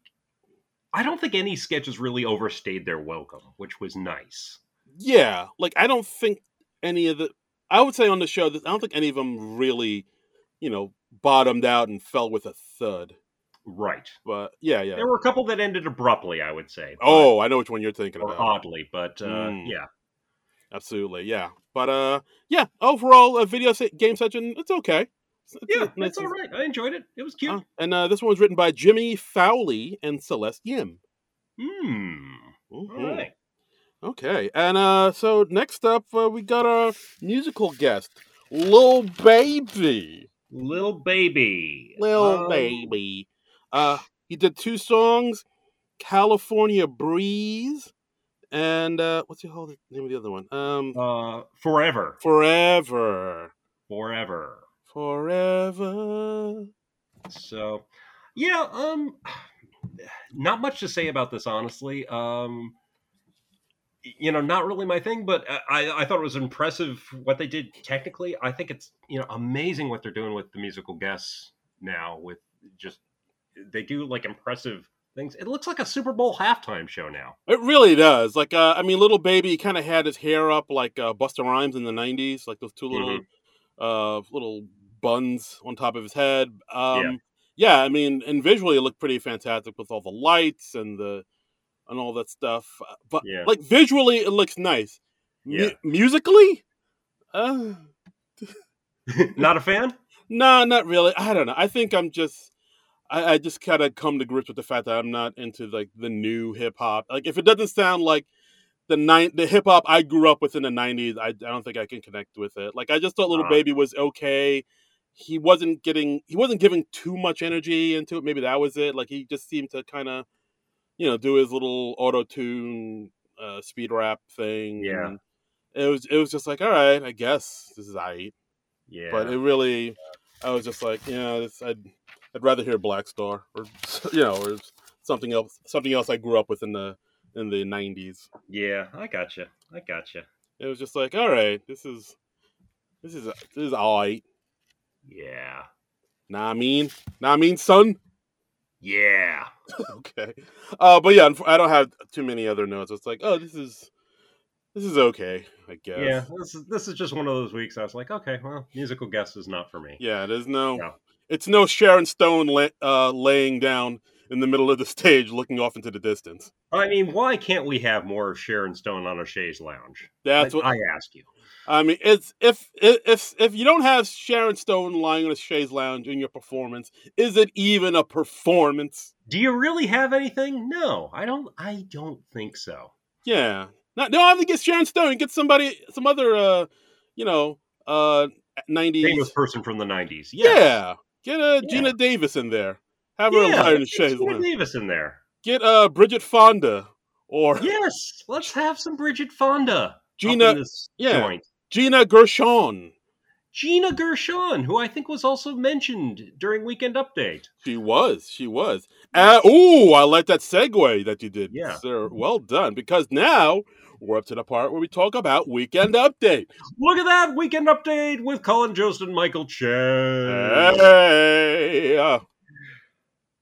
A: I don't think any sketches really overstayed their welcome, which was nice.
B: yeah. Like I don't think any of the. I would say on the show, that I don't think any of them really, you know, bottomed out and fell with a thud.
A: Right.
B: But yeah, yeah.
A: There were a couple that ended abruptly, I would say. but-
B: Oh, I know which one you're thinking
A: or
B: about.
A: oddly, but uh,
B: Mm.
A: yeah,
B: Absolutely, yeah. But uh, yeah. Overall, a video se- game session. It's okay. It's- it's-
A: yeah,
B: it's nice
A: that's all
B: and-
A: right. I enjoyed it. It was
B: Uh,
A: cute.
B: and uh, this one was written by Jimmy Fowley and Celeste Yim.
A: Hmm.
B: Mhm.
A: All right.
B: Okay. And uh, so next up, uh, we got our musical guest, Lil Baby.
A: Little baby.
B: Lil
A: Um,
B: Baby. Uh, he did two songs, California Breeze, and uh, what's the whole name of the other one? Um,
A: Uh, forever.
B: Forever.
A: Forever.
B: Forever.
A: So, yeah. Um, not much to say about this, honestly. Um, you know, not really my thing, but uh, I, I thought it was impressive what they did technically. I think it's you know amazing what they're doing with the musical guests now. With just they do like impressive things. It looks like a Super Bowl halftime show now.
B: It really does. Like, uh, I mean, little baby kind of had his hair up like uh, Busta Rhymes in the '90s, like those two little,
A: Mm-hmm.
B: uh, little buns on top of his head. Um, yeah. I mean, and visually it looked pretty fantastic with all the lights and the and all that stuff. Uh, But
A: Yeah.
B: like visually, it looks nice. Mu-
A: Yeah.
B: musically, uh,
A: not a fan.
B: nah, not really. I don't know. I think I'm just. I, I just kind of come to grips with the fact that I'm not into like the new hip hop. Like if it doesn't sound like the nine the hip hop I grew up with in the nineties, I, I don't think I can connect with it. Like I just thought Little
A: Ah.
B: Baby was okay. He wasn't getting he wasn't giving too much energy into it. Maybe that was it. Like he just seemed to kind of you know do his little auto tune uh, speed rap thing.
A: Yeah.
B: and it was it was just like, all right, I guess this is I E." eat.
A: Yeah.
B: But it really, I was just like, yeah, this, I'd I'd rather hear Black Star or you know or something else something else I grew up with in the in the '90s.
A: yeah, I gotcha. I gotcha.
B: It was just like, all right, this is this is this is all right.
A: Yeah.
B: Nah, I mean, nah, I mean, son.
A: Yeah.
B: okay. Uh, but yeah, unf- I don't have too many other notes. It's like, oh, this is this is okay, I guess.
A: Yeah. This is this is just one of those weeks I was like, okay, well, musical guest is not for me.
B: Yeah, there's no,
A: No.
B: it's no Sharon Stone la- uh, laying down in the middle of the stage, looking off into the distance.
A: I mean, why can't we have more of Sharon Stone on a chaise lounge?
B: That's
A: Like,
B: what
A: I ask you.
B: I, mean. It's if if if- if you don't have Sharon Stone lying on a chaise lounge in your performance, is it even a performance?
A: Do you really have anything? No, I don't. I don't think so.
B: Yeah. Not, no, I have to get Sharon Stone. Get somebody, some other, uh, you know, uh, nineties
A: Famous person from the '90s.
B: Yeah.
A: Yeah,
B: Get uh,
A: Yeah.
B: Gina Davis in there. Have her lie in the
A: let's get
B: chaise
A: Gina
B: lounge.
A: Davis in there.
B: Get uh, Bridget Fonda or
A: Yes, let's have some Bridget Fonda. up in
B: Gina-
A: this
B: yeah.
A: joint.
B: Gina Gershon.
A: Gina Gershon, who I think was also mentioned during Weekend Update.
B: She was. She was. Uh, ooh, I like that segue that you did,
A: Yeah. Mm-hmm.
B: sir. Well done. Because now we're up to the part where we talk about Weekend Update.
A: Look at that Weekend Update with Colin Jost and Michael Chen.
B: Hey. uh,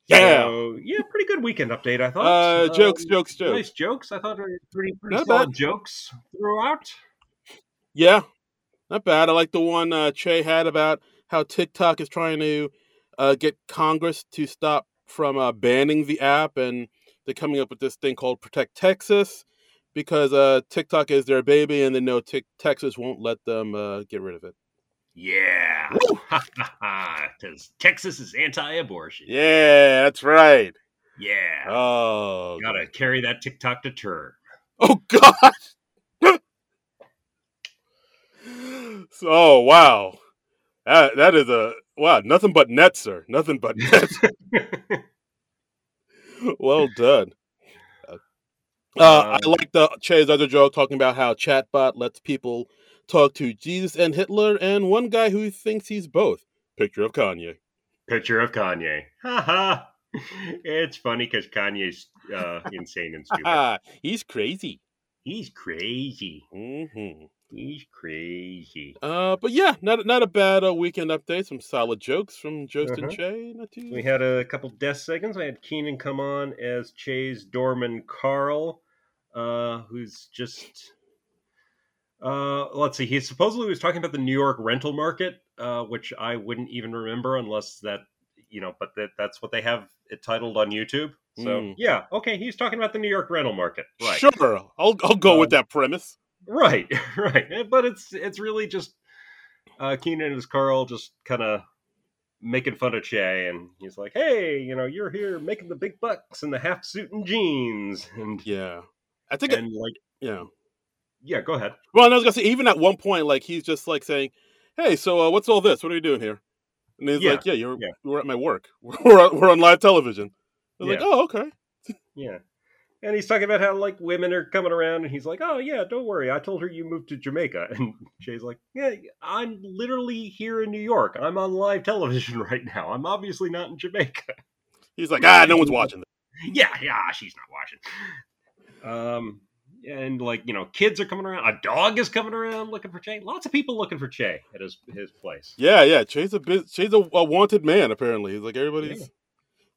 B: yeah.
A: So, yeah, pretty good Weekend Update, I thought.
B: Uh, jokes,
A: Um,
B: jokes, jokes.
A: Nice jokes. I thought were pretty, pretty
B: Not
A: solid jokes throughout.
B: Yeah, not bad. I like the one uh, Che had about how TikTok is trying to uh, get Congress to stop from uh, banning the app, and they're coming up with this thing called Protect Texas because uh, TikTok is their baby, and they know Tic- Texas won't let them uh, get rid of it.
A: Yeah.
B: Woo!
A: Because Texas is anti abortion.
B: Yeah, that's right.
A: Yeah.
B: Oh,
A: Gotta carry that TikTok to turn.
B: oh gosh. so, oh, wow, that that is a wow. Nothing but nets, sir. Nothing but nets. well done. Uh, I
A: Um,
B: like the Che's other joke talking about how chatbot lets people talk to Jesus and Hitler, and one guy who thinks he's both. Picture of Kanye.
A: Picture of Kanye. Haha. it's funny because Kanye's uh, insane and stupid.
B: Ah, he's crazy.
A: He's crazy.
B: hmm
A: He's crazy.
B: Uh, but yeah, not not a bad uh, weekend update. Some solid jokes from Jost and
A: Uh-huh.
B: Che. Not too.
A: We had a couple death seconds. I had Keenan come on as Che's doorman Carl, uh, who's just. Uh, let's see. He supposedly was talking about the New York rental market, uh, which I wouldn't even remember unless that you know. But that, that's what they have it titled on YouTube. So
B: Mm.
A: yeah, okay. He's talking about the New York rental market, right? Um
B: Sure, I'll I'll go with that premise.
A: Right, right. eh, But it's it's really just uh, Keenan and his Carl just kind of making fun of Che, and he's like, "Hey, you know, you're here making the big bucks in the half suit and jeans," and
B: Yeah, I think. it-
A: and like,
B: yeah.
A: yeah, go ahead.
B: Well, and I was gonna say, even at one point, like he's just like saying, "Hey, so uh, what's all this? What are you doing here?" And he's
A: Yeah,
B: like, "Yeah, you're
A: yeah.
B: we're at my work. We're on, we're on live television." I was like,
A: Yeah.
B: "Oh, okay."
A: Yeah, and he's talking about how like women are coming around, and he's like, "Oh yeah, don't worry, I told her you moved to Jamaica," and Che's like, "Yeah, I'm literally here in New York. I'm on live television right now. I'm obviously not in Jamaica."
B: He's like, "Ah, no one's watching." This.
A: yeah, yeah, she's not watching. Um, and like you know, kids are coming around. A dog is coming around looking for Che. Lots of people looking for Che at his his place.
B: Yeah, yeah. Che's a bus Che's a, a wanted man. Apparently, he's like everybody's.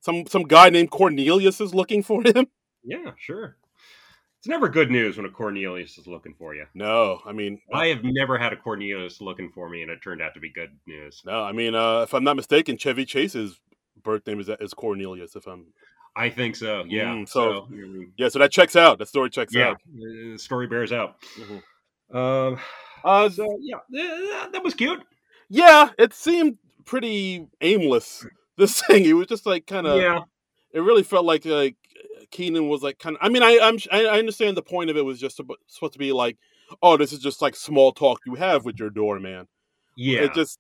B: Some some guy named Cornelius is looking for him.
A: Yeah, sure. It's never good news when a Cornelius is looking for you.
B: No, I mean,
A: I have never had a Cornelius looking for me, and it turned out to be good news.
B: no, I mean, uh, if I'm not mistaken, Chevy Chase's birth name is is Cornelius. If I'm
A: I think so. Yeah.
B: Mm,
A: so
B: so- uh,
A: I mean,
B: yeah, so that checks out. That story checks
A: yeah, uh,
B: out.
A: the story bears out.
B: Mhm.
A: Um,
B: Uh,
A: so yeah, eh, that was cute.
B: yeah, it seemed pretty aimless. This thing, he was just like kind of.
A: yeah,
B: It really felt like like Keenan was like kind of. I mean, I I'm I, I understand the point of it was just abo- supposed to be like, oh, this is just like small talk you have with your doorman.
A: yeah.
B: It just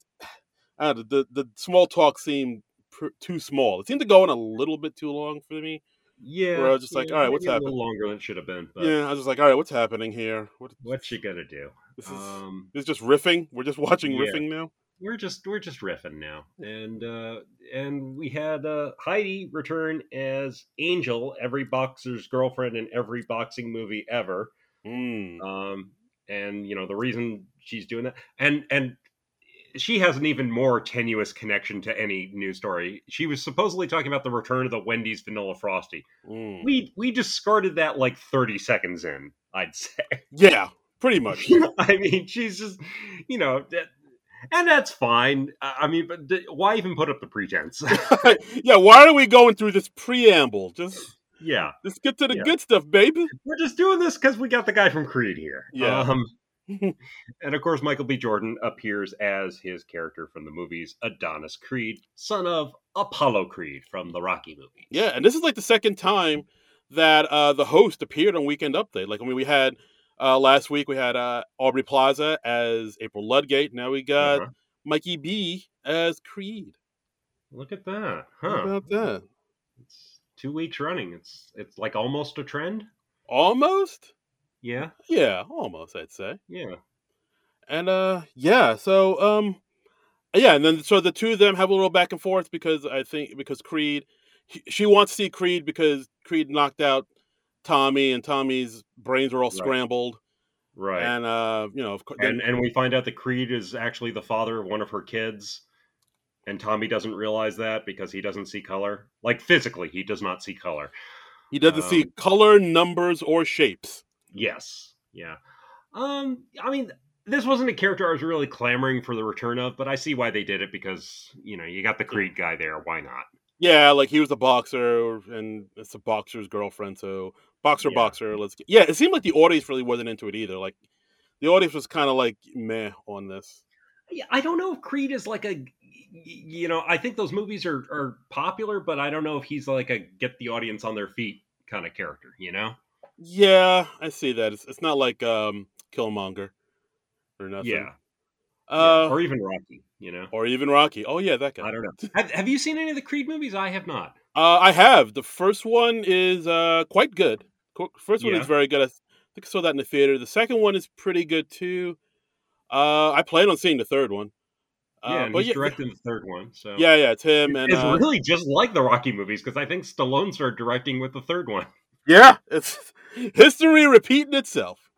B: I don't know, the the small talk seemed pr- too small. It seemed to go on a little bit too long for me.
A: Yeah.
B: Where I was just like,
A: yeah,
B: all right, what's
A: maybe A little longer than it should have been. But
B: yeah, I was just like, all right, what's happening here? What
A: what you gonna do?
B: This is
A: Um,
B: this is just riffing. We're just watching
A: Yeah.
B: riffing now.
A: we're just we're just riffing now, and uh, and we had uh, Heidi return as Angel, every boxer's girlfriend in every boxing movie ever.
B: Mm.
A: Um, and you know the reason she's doing that, and and she has an even more tenuous connection to any news story. She was supposedly talking about the return of the Wendy's Vanilla Frosty.
B: Mm.
A: We we discarded that like thirty seconds in. I'd say.
B: Yeah, pretty much.
A: I mean, she's just, you know, that, and that's fine. I I mean, but d- why even put up the pretense?
B: yeah, why are we going through this preamble? Just
A: yeah,
B: let's get to the
A: Yeah.
B: good stuff, baby.
A: we're just doing this because we got the guy from Creed here.
B: Yeah.
A: Um, and of course, Michael B. Jordan appears as his character from the movies Adonis Creed, son of Apollo Creed from the Rocky movie.
B: Yeah, and this is like the second time that uh, the host appeared on Weekend Update. Like, I mean, we had uh, last week we had uh, Aubrey Plaza as April Ludgate. Now we got
A: Uh-huh.
B: Mikey B as Creed.
A: Look at that,
B: How
A: huh?
B: about that?
A: It's two weeks running. It's it's like almost a trend.
B: Almost?
A: Yeah,
B: Yeah, almost. I'd say.
A: yeah.
B: And uh yeah, so um yeah, and then so the two of them have a little back and forth because I think because Creed he- she wants to see Creed because Creed knocked out Tommy and Tommy's brains are all
A: Right.
B: scrambled
A: Right.
B: and uh you know of course
A: and and we find out that Creed is actually the father of one of her kids, and Tommy doesn't realize that because he doesn't see color. Like physically, he does not see color.
B: he doesn't see
A: um,
B: color, numbers or shapes.
A: Yes, yeah. Um, I mean, this wasn't a character I was really clamoring for the return of, but I see why they did it because you know you got the Creed guy there. Why not?
B: Yeah, like he was a boxer and it's a boxer's girlfriend, so boxer
A: Yeah.
B: boxer, let's get Yeah, it seemed like the audience really wasn't into it either. Like the audience was kind of like meh on this.
A: Yeah, I don't know if Creed is like a y- you know I think those movies are are popular, but I don't know if he's like a get the audience on their feet kind of character. You know?
B: Yeah, I see that. It's, it's not like um Killmonger or nothing.
A: Yeah.
B: Uh,
A: yeah. Or even Rocky. You know?
B: or, even Rocky. Oh yeah, that
A: I
B: guy.
A: don't know. Have, have you seen any of the Creed movies? I have not.
B: Uh, I have the first one is uh quite good. Qu- First one
A: Yeah.
B: is very good. I s- think I saw that in the theater. The second one is pretty good too. Uh, I plan on seeing the third one. Uh,
A: yeah, and
B: but
A: he's directed the third one. So
B: yeah, yeah, it's him and
A: it's
B: uh,
A: really just like the Rocky movies because I think Stallone started directing with the third one.
B: yeah, it's history repeating itself.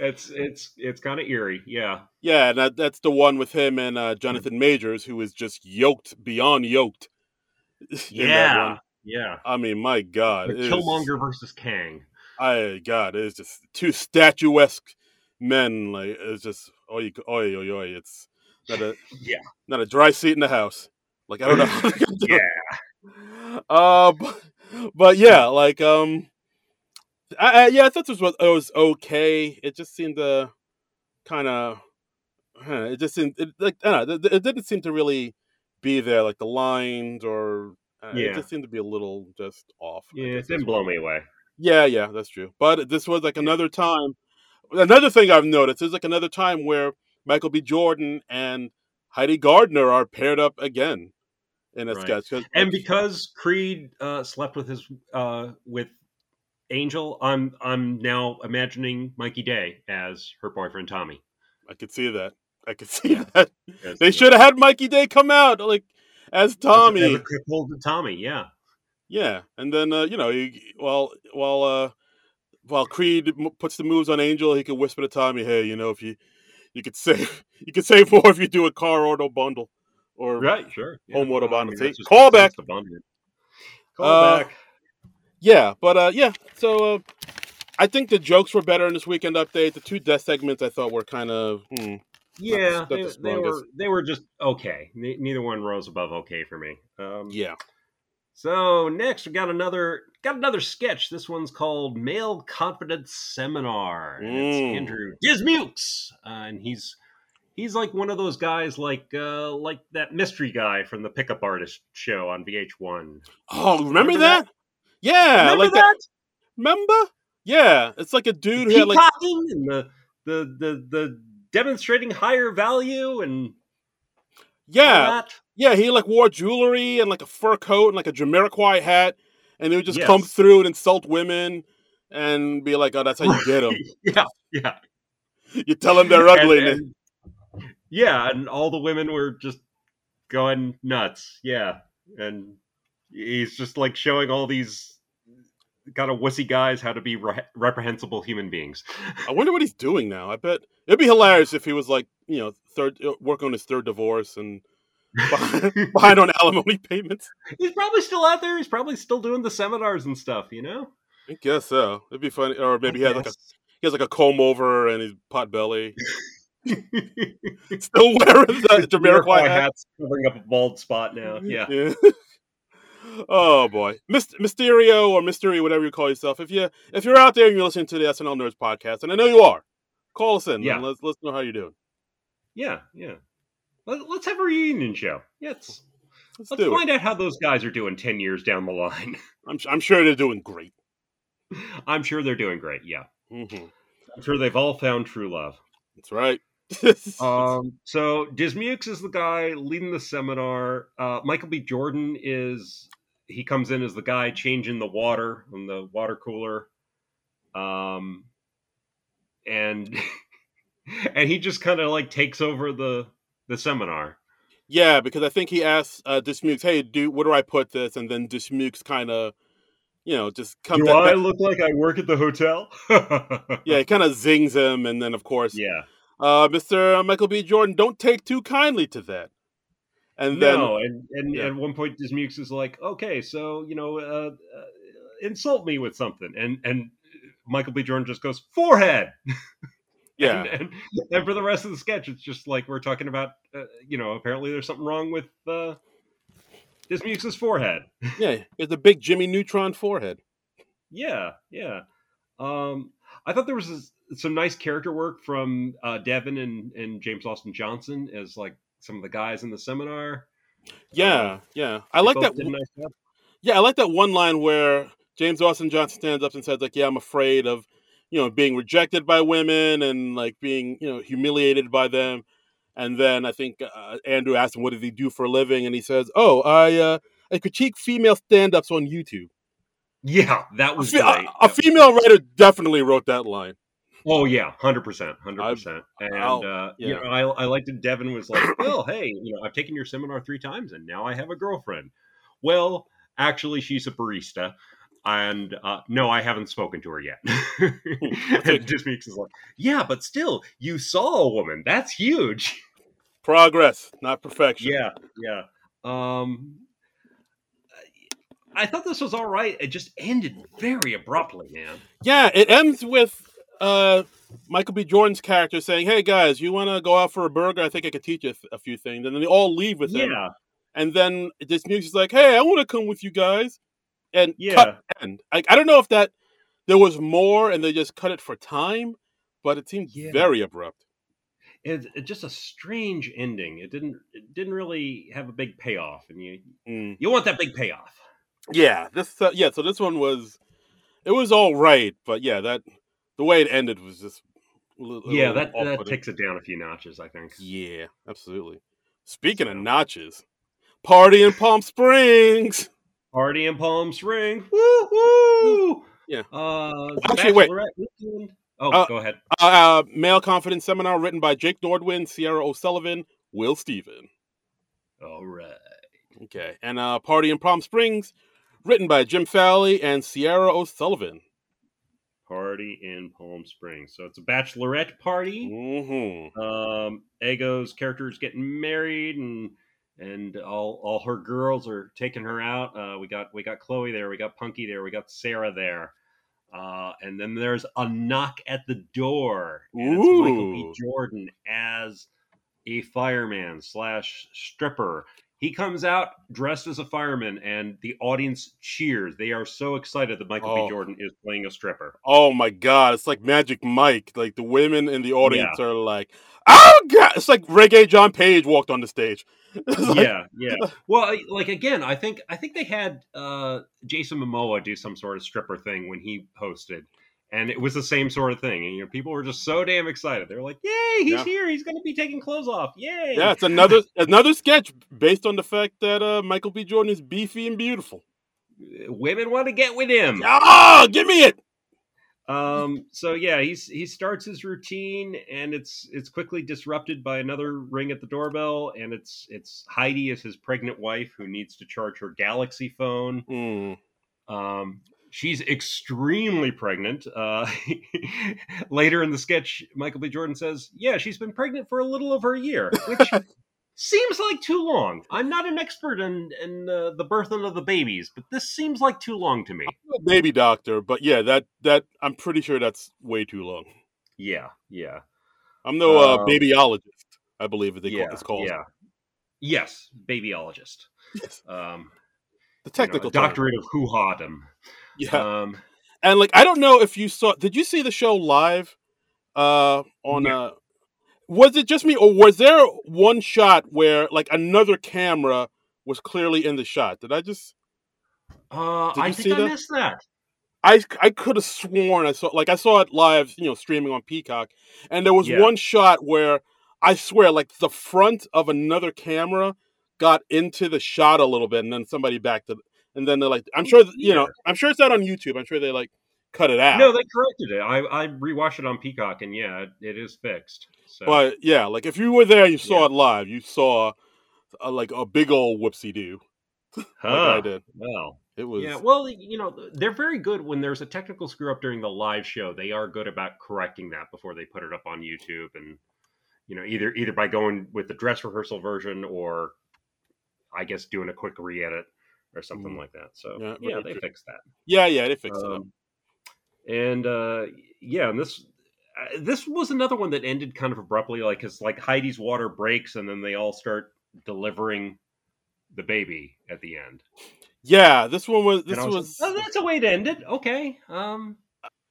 A: It's it's it's kind of eerie. Yeah,
B: Yeah, and that, that's the one with him and uh, Jonathan Majors, who is just yoked beyond yoked. in that one.
A: yeah.
B: I mean, my God,
A: The
B: it is-
A: Killmonger versus Kang.
B: I God, it's just two statuesque men. Like it's just oi oi oi oi. It's not a
A: Yeah,
B: not a dry seat in the house. Like I don't know. How they can do
A: yeah.
B: it. Uh, but, but yeah, like um, I, I, yeah, I thought this was it was okay. It just seemed to kind of. It just seemed it, like I don't know. It, it didn't seem to really be there, like the lines or. Uh, It
A: Yeah.
B: just seemed to be a little just off. I
A: Yeah,
B: guess
A: it
B: is
A: didn't blow
B: what-
A: me away.
B: yeah, yeah, that's true. But this was like another time. Another thing I've noticed is like another time where Michael B. Jordan and Heidi Gardner are paired up again in a
A: Right.
B: sketch. 'cause-
A: And because Creed uh, slept with his uh, with Angel, I'm I'm now imagining Mikey Day as her boyfriend Tommy.
B: I could see that. I could see
A: Yeah.
B: that.
A: As-
B: They should have had Mikey Day come out like as
A: as
B: Tommy.
A: a crippled Tommy. Yeah,
B: Yeah, and then uh, you know, he, while while uh, while Creed m- puts the moves on Angel, he can whisper to Tommy, "Hey, you know, if you you could save you could save more if you do a car auto bundle or
A: Right, sure.
B: Um, Home water bottle. See?
A: that's just-
B: Call
A: that's
B: back.
A: the bundle.
B: Uh,
A: Call back.
B: Yeah, but uh, yeah. So uh, I think the jokes were better in this weekend update. The two death segments I thought were kind of hmm,
A: Yeah,
B: not the
A: they, they were
B: strongest.
A: they were just okay. Ne- neither one rose above okay for me. Um,
B: yeah.
A: So next we got another got another sketch. This one's called Male Confidence Seminar. And It's
B: Mm.
A: Andrew Dismukes, uh, and he's he's like one of those guys like uh, like that mystery guy from the Pickup Artist show on VH1.
B: Oh, remember,
A: Remember
B: that?
A: that?
B: Yeah,
A: Remember
B: like that?
A: that?
B: Remember? Yeah, it's like a dude who had like
A: peacocking and the, the the the demonstrating higher value and all
B: yeah,
A: that.
B: yeah. He like wore jewelry and like a fur coat and like a Jamiroquai hat, and he would just come
A: Yes.
B: through and insult women and be like, "Oh, that's how you get him."
A: yeah, yeah.
B: you tell them they're ugly.
A: And-
B: and-
A: and- yeah, and all the women were just going nuts. Yeah, and he's just like showing all these kind of wussy guys how to be re- reprehensible human beings.
B: I wonder what he's doing now. I bet it'd be hilarious if he was like, you know, third uh, work on his third divorce and behind, behind on alimony payments.
A: He's probably still out there. He's probably still doing the seminars and stuff. You know.
B: I guess so. It'd be funny, or maybe he
A: I
B: has like a
A: guess.
B: he has like a comb over and he's pot belly, still wearing the Jamiroquai hat.
A: hats covering up a bald spot now. Yeah.
B: Yeah. oh boy, Myst- Mysterio or Mystery, whatever you call yourself. If you if you're out there and you're listening to the SNL Nerds podcast, and I know you are, call us in.
A: Yeah.
B: and let's let's know how you're doing.
A: Yeah, yeah. Let, let's have a reunion show. Yeah, let's
B: Let's,
A: let's
B: do
A: find out how those guys are doing ten years down the line.
B: it. I'm, su- I'm sure they're doing great.
A: I'm sure they're doing great. Yeah,
B: hmm
A: I'm sure they've all found true love.
B: That's right.
A: Um, so Dismukes is the guy leading the seminar. Uh, Michael B. Jordan is he comes in as the guy changing the water on the water cooler, um, and and he just kind of like takes over the the seminar.
B: Yeah, because I think he asks uh, Dismukes, "Hey, do where do I put this?" And then Dismukes kind of, you know, just comes.
A: Do
B: at
A: I
B: that-
A: look like I work at the hotel?
B: yeah, he kind of zings him, and then of course,
A: yeah.
B: uh, Mr. Michael B. Jordan, don't take too kindly to that. And then,
A: no, and and
B: Yeah.
A: at one point, Dismukes is like, "Okay, so you know, uh, uh, insult me with something," and and Michael B. Jordan just goes forehead.
B: yeah,
A: and, and, and for the rest of the sketch, it's just like we're talking about, uh, you know, apparently there's something wrong with uh, Dismukes' forehead.
B: yeah, he has the big Jimmy Neutron forehead.
A: Yeah, yeah. Um, I thought there was this, some nice character work from uh, Devin and, and James Austin Johnson as like some of the guys in the seminar.
B: Yeah, yeah, I like that.
A: did a
B: w-
A: nice job.
B: Yeah, I like that one line where James Austin Johnson stands up and says, "Like, yeah, I'm afraid of, you know, being rejected by women and like being, you know, humiliated by them." And then I think uh, Andrew asked him, "What does he do for a living?" And he says, "Oh, I uh, I critique female stand-ups on YouTube."
A: Yeah, that
B: A,
A: was
B: fe- a-
A: great.
B: a female writer definitely wrote that line.
A: Oh yeah, hundred percent, hundred percent. And
B: I'll-
A: uh,
B: yeah.
A: you know, I, I liked that Devin was like, "Well, hey, you know, I've taken your seminar three times, and now I have a girlfriend." Well, actually, she's a barista, and uh, no, I haven't spoken to her yet. and Dismeeks is like, "Yeah, but still, you saw a woman. That's huge."
B: Progress, not perfection.
A: Yeah, yeah. Um, I thought this was all right. It just ended very abruptly, man.
B: Yeah, it ends with uh, Michael B. Jordan's character saying, "Hey guys, you want to go out for a burger? I think I could teach you a th- a few things." And then they all leave with him.
A: Yeah,
B: And then this music's like, "Hey, I want to come with you guys." And
A: yeah.
B: cut end. I, I don't know if that there was more, and they just cut it for time, but it seemed
A: Yeah.
B: very abrupt.
A: it's it's just a strange ending. It didn't it didn't really have a big payoff, and you
B: Mm.
A: you want that big payoff.
B: Yeah, this uh, yeah. So this one was it was all right, but yeah, that the way it ended was just a little, a
A: yeah,
B: little
A: that that
B: off-putting.
A: takes it down a few notches, I think.
B: Yeah, absolutely. Speaking of
A: So-
B: notches, party in Palm Springs.
A: Party in Palm Springs, woo woo.
B: Yeah.
A: Uh,
B: Actually, wait.
A: Bachelorette Weekend. Oh,
B: Uh,
A: go ahead.
B: Uh, uh, male confidence seminar written by Jake Nordwin, Sierra O'Sullivan, Will Steven.
A: All right.
B: Okay, and uh, party in Palm Springs, written by Jim Fowley and Sierra O'Sullivan.
A: Party in Palm Springs. So it's a bachelorette party.
B: hmm
A: Um, Ego's character is getting married, and and all all her girls are taking her out. Uh, we got we got Chloe there, we got Punky there, we got Sarah there, uh, and then there's a knock at the door, and it's Michael B.
B: Ooh.
A: Jordan as a fireman slash stripper. He comes out dressed as a fireman, and the audience cheers. They are so excited that Michael
B: Oh.
A: B. Jordan is playing a stripper.
B: Oh my God, it's like Magic Mike. Like the women in the audience are like, oh God, it's like Reggae John Page walked on the stage. It's like,
A: yeah, yeah. Well, I- like again, I think I think they had uh, Jason Momoa do some sort of stripper thing when he hosted, and it was the same sort of thing. And you know, people were just so damn excited. They're like, "Yay, he's
B: Yeah.
A: here! He's going to be taking clothes off! Yay!"
B: Yeah, it's another another sketch based on the fact that uh, Michael B. Jordan is beefy and beautiful.
A: Mm. Women want to get with him.
B: Ah, give me it.
A: Um, so yeah, he's he starts his routine, and it's it's quickly disrupted by another ring at the doorbell, and it's it's Heidi is his pregnant wife who needs to charge her Galaxy phone.
B: Mm.
A: Um, she's extremely pregnant. Uh, later in the sketch, Michael B. Jordan says, "Yeah, she's been pregnant for a little over a year," which seems like too long. I'm not an expert in in uh, the birthing of the babies, but this seems like too long to me.
B: I'm a baby doctor, but yeah, that that I'm pretty sure that's way too long.
A: Yeah, yeah,
B: I'm no uh,
A: Um,
B: babyologist, I believe they
A: yeah,
B: call, it's called.
A: yeah. Yes, babyologist.
B: Yes,
A: Um, you know,
B: the technical
A: a doctorate of hoo hadom.
B: term. Yeah,
A: Um,
B: and like I don't know if you saw. Did you see the show live? Uh, on
A: No.
B: uh, was it just me or was there one shot where like another camera was clearly in the shot? Did I just?
A: uh,
B: Did
A: I
B: you
A: think
B: see
A: I
B: that?
A: missed that.
B: I I could have sworn I saw like I saw it live, you know, streaming on Peacock, and there was
A: Yeah.
B: one shot where I swear like the front of another camera got into the shot a little bit, and then somebody backed it, and then they're like, I'm sure you know, I'm sure it's not on YouTube. I'm sure they like cut it out.
A: No, they corrected it. I, I rewatched it on Peacock, and yeah, it, it is fixed. So
B: but yeah, like if you were there, you saw
A: Yeah.
B: it live. You saw uh like a big old whoopsie doo, like I
A: Huh.
B: did.
A: Well,
B: It was
A: Ah. yeah. Well, you know, they're very good when there's a technical screw up during the live show. They are good about correcting that before they put it up on YouTube, and you know, either either by going with the dress rehearsal version or I guess doing a quick re-edit or something
B: Mm.
A: like that. So
B: Yeah,
A: yeah,
B: very
A: they
B: true.
A: fixed that.
B: yeah, yeah. They fixed it up.
A: Um, and uh, yeah, and this uh, this was another one that ended kind of abruptly, like because like Heidi's water breaks, and then they all start delivering the baby at the end.
B: Yeah, this one was. This
A: and I was, like,
B: was.
A: "Oh, that's a way to end it. Okay. Um.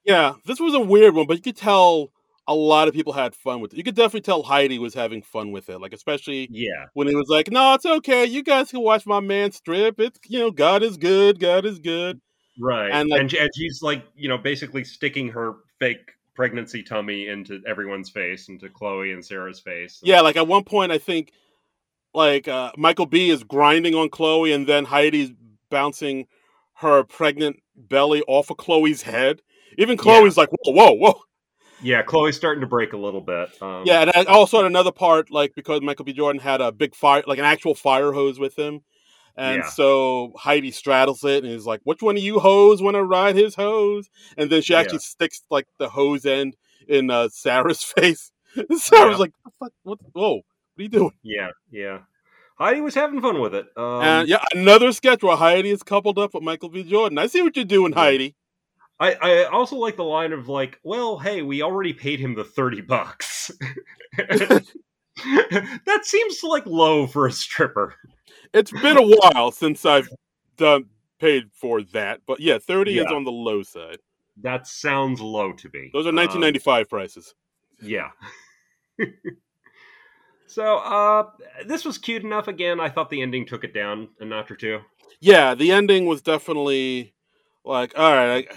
B: Yeah, this was a weird one, but you could tell a lot of people had fun with it. You could definitely tell Heidi was having fun with it, like especially
A: Yeah.
B: when he was like, "No, it's okay. You guys can watch my man strip. It's you know, God is good. God is good."
A: Right.
B: And,
A: And
B: like-
A: and, she's like, you know, basically sticking her fake pregnancy tummy into everyone's face, into Chloe and Sarah's face.
B: Yeah, like at one point, I think like uh, Michael B is grinding on Chloe, and then Heidi's bouncing her pregnant belly off of Chloe's head. Even Chloe's like, "Whoa, whoa, whoa!"
A: Yeah. Chloe's starting to break a little bit. Um,
B: Yeah, and I also had another part like because Michael B. Jordan had a big fire, like an actual fire hose with him, and
A: Yeah.
B: so Heidi straddles it and is like, "Which one of you hoes want to ride his hose?" And then she
A: Yeah.
B: actually sticks like the hose end in uh, Sarah's face. And
A: Yep.
B: Sarah's like, "The fuck? What? Whoa! What are you doing?"
A: Yeah. Yeah. Heidi was having fun with it. Um,
B: and Uh, yeah, another sketch where Heidi is coupled up with Michael B. Jordan. I see what you're doing,
A: Yeah.
B: Heidi.
A: I, I also like the line of like, well, hey, we already paid him the thirty bucks. that seems like low for a stripper.
B: It's been a while since I've done paid for that, but yeah, thirty is
A: Yeah.
B: on the low side.
A: That sounds low to me.
B: Those are
A: Um,
B: 1995 prices.
A: yeah. so uh, this was cute enough. Again, I thought the ending took it down a notch or two.
B: yeah the ending was definitely like all right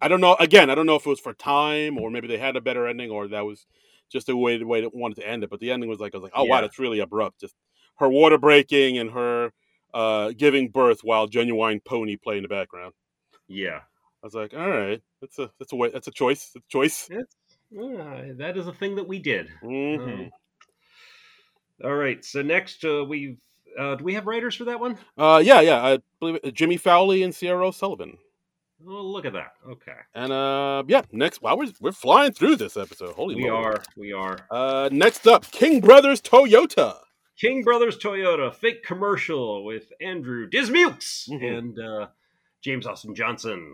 B: I, I don't know again i don't know if it was for time or maybe they had a better ending or that was just the way the way they wanted to end it but the ending was like i was like oh wow
A: Yeah.
B: that's really abrupt just her water breaking and her uh giving birth while genuine pony play in the background
A: Yeah.
B: i was like all right that's a that's a way that's a choice that's a choice
A: It's, uh, that is a thing that we did.
B: hmm
A: Um, all right. So next, uh, we've uh, do we have writers for that one?
B: uh yeah yeah i believe it, jimmy fowley and sierra sullivan
A: Oh, look at that. Okay.
B: and uh yeah next wow we're, we're flying through this episode holy
A: We
B: moly.
A: are. We are.
B: Uh, next up, King Brothers Toyota.
A: King Brothers Toyota fake commercial with Andrew Dismukes
B: Mhm.
A: and uh, James Austin Johnson,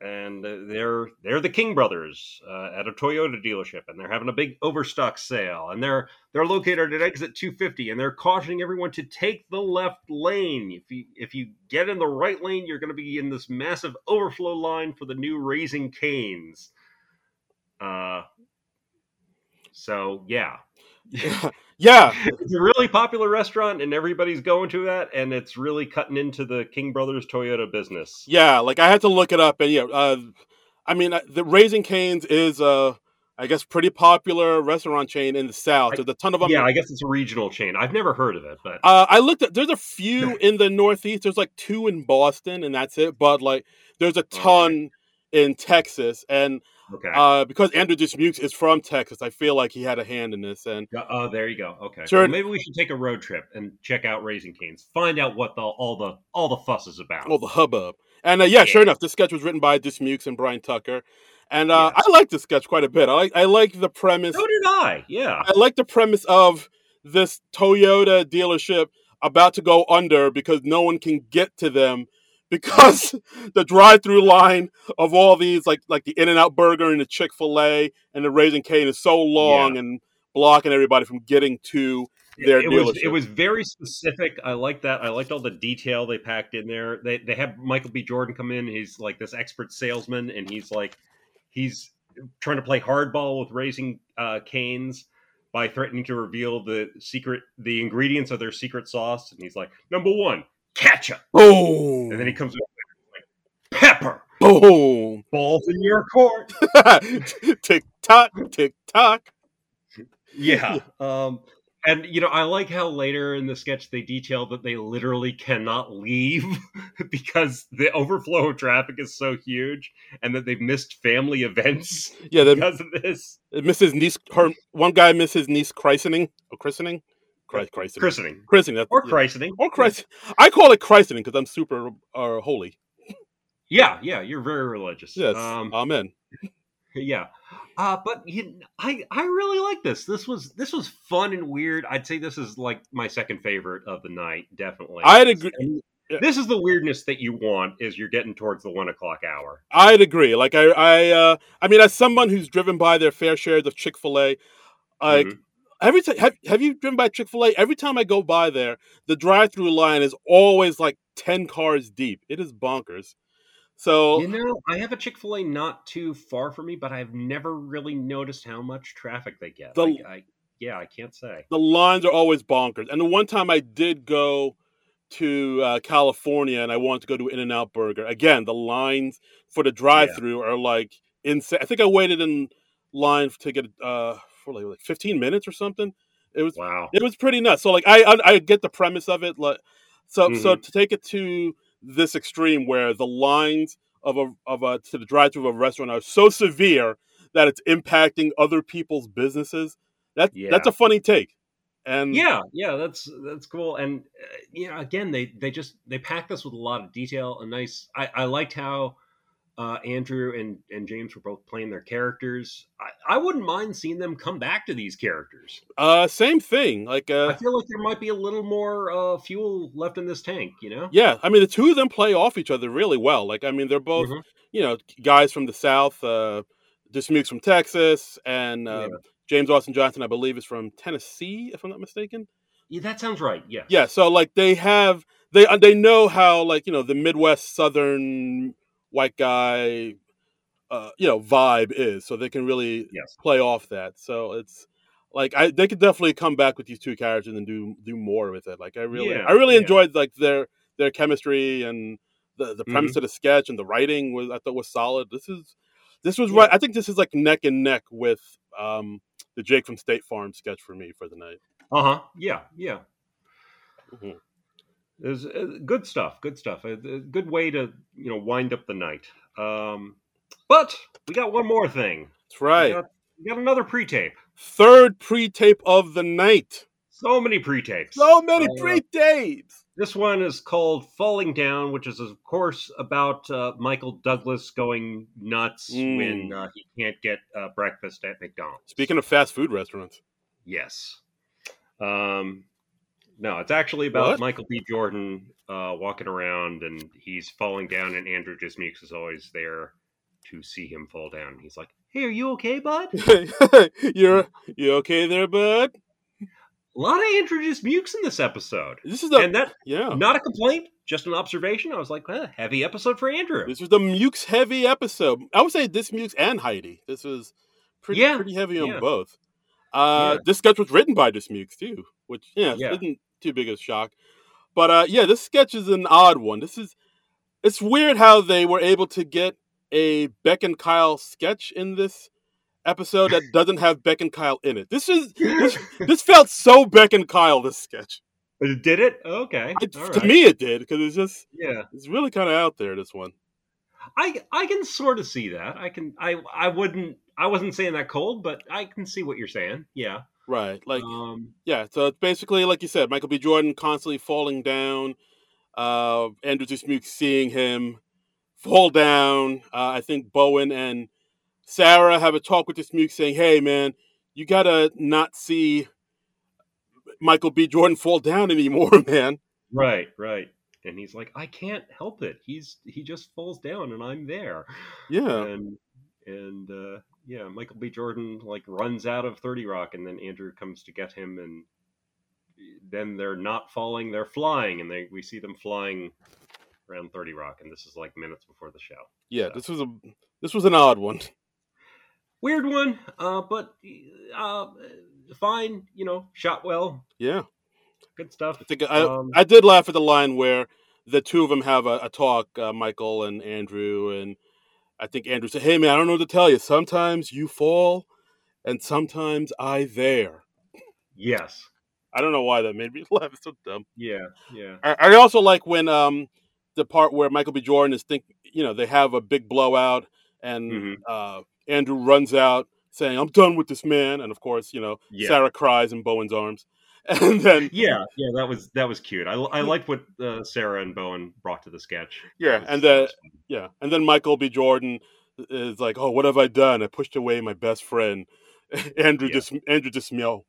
A: and uh, they're they're the King Brothers uh, at a Toyota dealership, and they're having a big overstock sale, and they're they're located at exit 250, and they're cautioning everyone to take the left lane. If you if you get in the right lane, you're going to be in this massive overflow line for the new Raising Canes. Uh, so yeah,
B: yeah,
A: it's a really popular restaurant and everybody's going to that and it's really cutting into the king brothers toyota business
B: yeah. Like I had to look it up, and yeah, uh, I mean, uh, the Raising Canes is uh, I guess, pretty popular restaurant chain in the South.
A: I-
B: There's a ton of them.
A: yeah i guess it's a regional chain i've never heard of it but
B: Uh, I looked at. There's a few in the Northeast. There's like two in Boston, and that's it. But like, there's a
A: Okay.
B: ton in Texas, and
A: Okay.
B: Uh, because Andrew Dismukes is from Texas, I feel like he had a hand in this. And
A: Go- oh, there you go. Okay.
B: Sure.
A: Well, maybe we should take a road trip and check out Raising Cane's. Find out what the all the all the fuss is about.
B: well, the hubbub. And uh, yeah, sure enough, this sketch was written by Dismukes and Brian Tucker. And uh, I like this sketch quite a bit. I like I like the premise.
A: so did I. Yeah.
B: I like the premise of this Toyota dealership about to go under because no one can get to them because the drive-through line of all these like like the In-N-Out Burger and the Chick-fil-A and the Raising Cane is so long and blocking everybody from getting to their
A: it was
B: dealership.
A: it was very specific. I like that. I liked all the detail they packed in there. They they have Michael B. Jordan come in. He's like this expert salesman, and he's like he's trying to play hardball with raising uh, canes by threatening to reveal the secret the ingredients of their secret sauce. And he's like, number one, ketchup,
B: boom.
A: and then he comes in like pepper.
B: boom.
A: Balls in your court.
B: tick tock, tick tock.
A: Yeah. Um, and you know, I like how later in the sketch they detail that they literally cannot leave because the overflow of traffic is so huge, and that they've missed family events
B: Yeah, the,
A: because of this
B: Mrs. Niece, her one guy missed his niece christening, or christening, Chri- christening,
A: christening
B: christening, that's,
A: or
B: yeah.
A: christening
B: or Christ. I call it christening because I'm super uh, holy.
A: Yeah, yeah, you're very religious.
B: Yes,
A: Um,
B: amen.
A: yeah. Uh, but you, I I really like this. This was this was fun and weird. I'd say this is like my second favorite of the night, definitely.
B: I'd agree. Yeah.
A: This is the weirdness that you want is you're getting towards the one o'clock hour.
B: I'd agree. Like I, I, uh, I mean, as someone who's driven by their fair share of Chick Fil A, like
A: Mhm.
B: every time, have, have you driven by Chick Fil A? Every time I go by there, the drive-through line is always like ten cars deep. It is bonkers. So
A: You know, I have a Chick Fil A not too far from me, but I've never really noticed how much traffic they get.
B: The-
A: Like, I, yeah, I can't say.
B: the lines are always bonkers. And the one time I did go to uh, California and I wanted to go to In and Out Burger, again, the lines for the drive through are like insane. I think I waited in line to get uh, for like, like 15 minutes or something. It was
A: Wow.
B: it was pretty nuts. So like I I, I get the premise of it. Like so
A: Mm-hmm.
B: so to take it to this extreme where the lines of a of a to the drive through of a restaurant are so severe that it's impacting other people's businesses. That that's
A: Yeah.
B: a funny take. And
A: Yeah, yeah, that's that's cool. And uh, you know, again, they they just they packed this with a lot of detail. A nice. I, I liked how uh, Andrew and and James were both playing their characters. I, I wouldn't mind seeing them come back to these characters.
B: uh same thing. Like
A: I
B: uh
A: feel like there might be a little more uh, fuel left in this tank. You know.
B: yeah, I mean the two of them play off each other really well. Like I mean they're both
A: Mhm.
B: you know guys from the south, uh Dismukes from Texas and
A: Yeah.
B: um, James Austin Johnson I believe is from Tennessee if I'm not mistaken.
A: Yeah, that sounds right. Yes.
B: yeah so like they have they uh, they know how like you know the midwest southern white guy uh you know vibe is so they can really
A: Yes.
B: play off that so it's like i they could definitely come back with these two characters and do do more with it like i really
A: Yeah,
B: i really
A: yeah.
B: enjoyed like their their chemistry and the the
A: Mm-hmm.
B: premise of the sketch and the writing was i thought was solid this is this was
A: Yeah.
B: right i think this is like neck and neck with um the jake from state farm sketch for me for the night
A: Uh huh. Yeah. Yeah.
B: Mhm.
A: It was uh, good stuff. Good stuff. A, a good way to you know wind up the night. Um, but we got one more thing.
B: that's right
A: We got, we got another pre-tape.
B: third pre-tape of the night.
A: So many pre-tapes.
B: So many
A: Uh,
B: pre-tapes.
A: This one is called "Falling Down," which is of course about uh, Michael Douglas going nuts
B: Mm.
A: when uh, he can't get uh, breakfast at McDonald's.
B: Speaking of fast food restaurants,
A: Yes. Um, no, it's actually about
B: What?
A: Michael B. Jordan uh, walking around and he's falling down, and Andrew Dismukes is always there to see him fall down. He's like, "Hey, are you okay, bud?" A
B: you're you okay there, bud?
A: lot of Andrew Dismukes in this episode,
B: This is the
A: and that
B: yeah.
A: not a complaint, just an observation. I was like, huh, "Heavy episode for Andrew."
B: This was the Mukes heavy episode. I would say this Mukes and Heidi. This was pretty
A: Yeah,
B: pretty heavy on
A: yeah.
B: both. Uh,
A: Yeah.
B: This sketch was written by this Mukes too, which yeah,
A: Yeah.
B: isn't too big a shock. But uh, yeah, this sketch is an odd one. This is it's weird how they were able to get a Beck and Kyle sketch in this episode that doesn't have Beck and Kyle in it. This is this, this felt so Beck and Kyle. This sketch
A: Did it? Okay,
B: I,
A: All
B: to
A: right.
B: me it did because it's just
A: yeah.
B: it's really kind of out there. This one.
A: I I can sort of see that. I can I I wouldn't I wasn't saying that cold, but I can see what you're saying. Yeah.
B: Right. Like
A: Um
B: yeah, so it's basically like you said, Michael B. Jordan constantly falling down. Uh, Andrew Dismuke seeing him fall down. Uh, I think Bowen and Sarah have a talk with Dismuke saying, "Hey, man, you gotta not see Michael B. Jordan fall down anymore, man."
A: right, right. And he's like, I can't help it. He's he just falls down and I'm there.
B: Yeah,
A: And and uh yeah, Michael B. Jordan like runs out of 30 Rock and then Andrew comes to get him and eh, then they're not falling, they're flying, and they we see them flying around 30 Rock, and this is like minutes before the show.
B: yeah. This was a this was an odd one.
A: weird one, uh, but uh, fine. You know, shot well,
B: Yeah,
A: good stuff.
B: I think I,
A: Um,
B: I did laugh at the line where the two of them have a, a talk, uh, Michael and Andrew, and I think Andrew said, "Hey, man, I don't know what to tell you. Sometimes you fall, and sometimes I there."
A: Yes,
B: I don't know why that made me laugh. It's so dumb.
A: yeah, yeah,
B: I, I also like when um the part where Michael B. Jordan is think you know they have a big blowout and
A: Mhm.
B: uh, Andrew runs out saying, "I'm done with this man," and of course you know
A: Yeah.
B: Sarah cries in Bowen's arms, and then
A: yeah, yeah. That was that was cute. I, I liked what uh, Sarah and Bowen brought to the sketch. That
B: yeah,
A: was-
B: and
A: that
B: then
A: was fun.
B: yeah, and then Michael B. Jordan is like, "Oh, what have I done? I pushed away my best friend, Andrew
A: Yeah.
B: Dis Andrew Dismiel."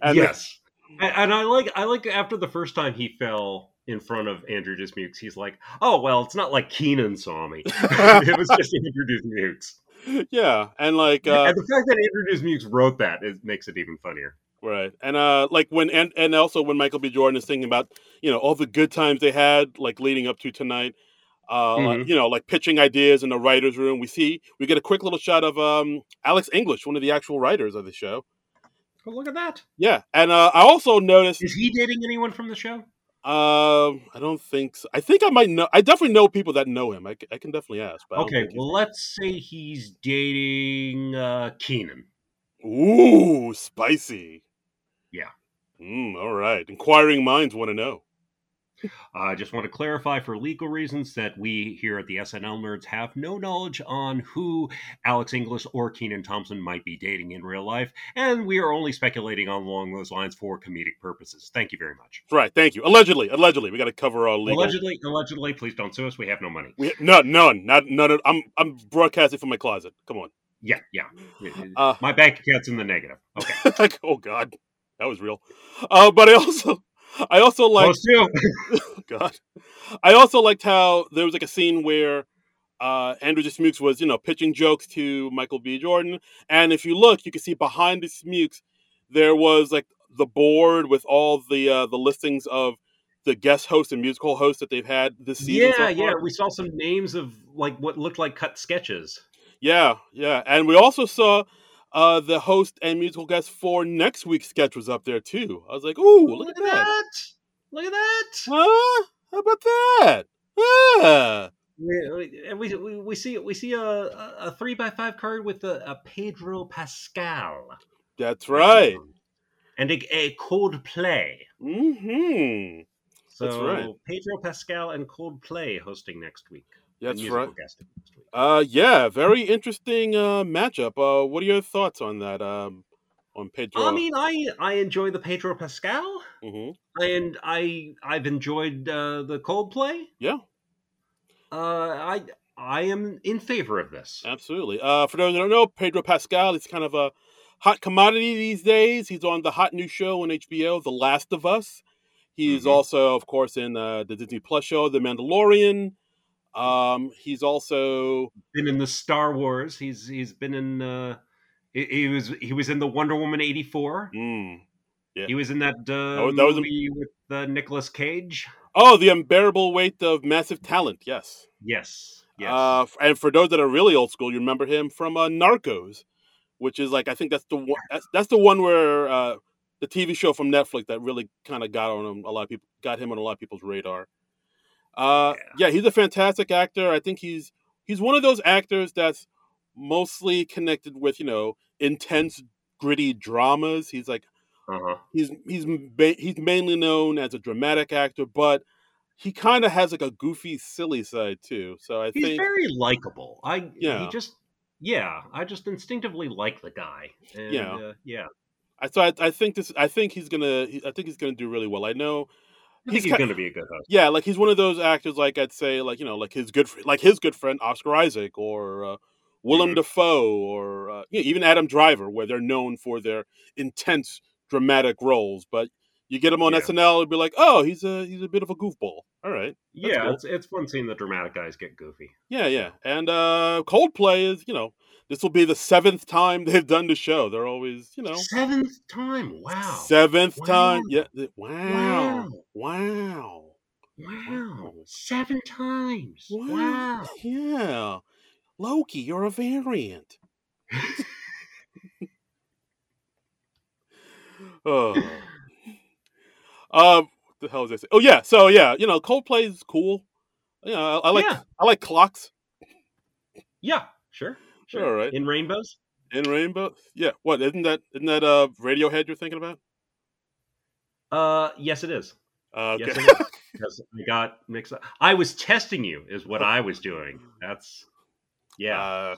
B: And then-
A: yes, and, and I like I like after the first time he fell. In front of Andrew Dismukes, he's like, "Oh well, it's not like Keenan saw me. it was just Andrew Dismukes."
B: yeah, and like uh,
A: and the fact that Andrew Dismukes wrote that it makes it even funnier.
B: Right. And uh like when and, and also when Michael B. Jordan is thinking about, you know, all the good times they had like leading up to tonight. Uh like,
A: Mhm.
B: you know, like pitching ideas in the writers room. We see we get a quick little shot of um Alex English, one of the actual writers of the show.
A: Oh, look at that!
B: Yeah. And uh I also noticed
A: Is he dating anyone from the show?
B: um I don't think so. I think I might know I definitely know people that know him. I, c- I can definitely ask, but I don't
A: Okay,
B: think he-
A: well, let's say he's dating uh, Keenan.
B: Ooh, spicy.
A: Yeah.
B: Mm, all right. Inquiring minds want to know.
A: Uh, I just want to clarify for legal reasons that we here at the SNL Nerds have no knowledge on who Alex Inglis or Keenan Thompson might be dating in real life, and we are only speculating along those lines for comedic purposes. Thank you very much.
B: Right, thank you. Allegedly, allegedly. We gotta cover all legal
A: Allegedly, allegedly, please don't sue us. We have no money.
B: We, no, none, not none. Of, I'm I'm broadcasting from my closet. Come on.
A: Yeah, yeah.
B: Uh,
A: My bank account's in the negative. Okay.
B: like, oh God, that was real. Uh, but I also, I also liked.
A: Close to.
B: God, I also liked how there was like a scene where uh, Andrew Smukes was you know pitching jokes to Michael B. Jordan, and if you look, you can see behind the Smukes there was like the board with all the uh, the listings of the guest hosts and musical hosts that they've had this season. so
A: Yeah, yeah.
B: far.
A: We saw some names of like what looked like cut sketches.
B: Yeah, yeah. And we also saw uh the host and musical guest for next week's sketch was up there too. I was like, ooh, look, at that.
A: Look at that!
B: Huh? How about that? Ah.
A: We, we- and we, we, we see we see a, a a three by five card with a, a Pedro Pascal,
B: That's right.
A: and a, a Coldplay.
B: Mm-hmm.
A: So
B: That's right.
A: Pedro Pascal and Coldplay hosting next week. The
B: That's
A: musical
B: right.
A: guest next week.
B: Uh yeah, very interesting uh matchup. Uh what are your thoughts on that? Um on Pedro.
A: I mean, I I enjoy the Pedro Pascal,
B: Mhm.
A: and I I've enjoyed uh, the Coldplay.
B: Yeah.
A: Uh, I I am in favor of this.
B: Absolutely. Uh, for those who don't know, Pedro Pascal is kind of a hot commodity these days. He's on the hot new show on HBO, The Last of Us. He's
A: Mhm.
B: also, of course, in uh, the Disney Plus show, The Mandalorian. Um, he's also
A: been in the Star Wars. He's he's been in. Uh, he, he was he was in the Wonder Woman eighty four.
B: mm,
A: He was in that, uh,
B: was- that was a-
A: movie with uh, Nicolas Cage.
B: oh, the unbearable weight of massive talent. Yes.
A: Yes, yes.
B: Uh, f- and for those that are really old school, you remember him from uh, Narcos, which is like I think that's the one that's, that's the one where uh, the TV show from Netflix that really kind of got on him a lot of people got him on a lot of people's radar. Uh, yeah. he's a fantastic actor. I think he's he's one of those actors that's mostly connected with you know intense gritty dramas. He's like
A: uh-huh.
B: he's he's ma- he's mainly known as a dramatic actor, but he kind of has like a goofy, silly side too. So I
A: He's
B: think
A: very likable. I yeah.
B: Yeah.
A: He just yeah. I just instinctively like the guy. And,
B: Yeah.
A: uh, yeah.
B: I so I, I think this I think he's gonna he- I think he's gonna do really well. I know
A: I think
B: He's
A: he's,
B: ki-
A: going to be a good host.
B: yeah, like he's one of those actors like I'd say like you know like his good fr- like his good friend Oscar Isaac or uh, Willem
A: Mhm.
B: Dafoe or uh, yeah, even Adam Driver where they're known for their intense dramatic roles, but you get him on
A: Yeah.
B: SNL it'd be like oh he's a he's a bit of a goofball. All right.
A: Yeah,
B: cool.
A: it's it's fun seeing the dramatic guys get goofy.
B: Yeah, yeah. And uh Coldplay is, you know, this will be the seventh time they've done the show. They're always, you know,
A: Seventh time. Wow.
B: seventh time.
A: Wow.
B: Yeah. th- Wow. Wow.
A: Wow. Seven times.
B: Wow.
A: Wow.
B: Yeah. Loki, you're a variant. oh. Um, what the hell is this? Oh yeah, so yeah, you know, Coldplay is cool. You know, I, I like
A: Yeah.
B: I like clocks
A: Yeah. Sure. Sure.
B: All right.
A: In rainbows.
B: and rainbow. Yeah, what isn't that isn't that uh Radiohead you're thinking about?
A: Uh, yes, it is.
B: Uh, okay.
A: Yes, it is. Because I got mixed up. I was testing you, is what I was doing. That's yeah.
B: Uh,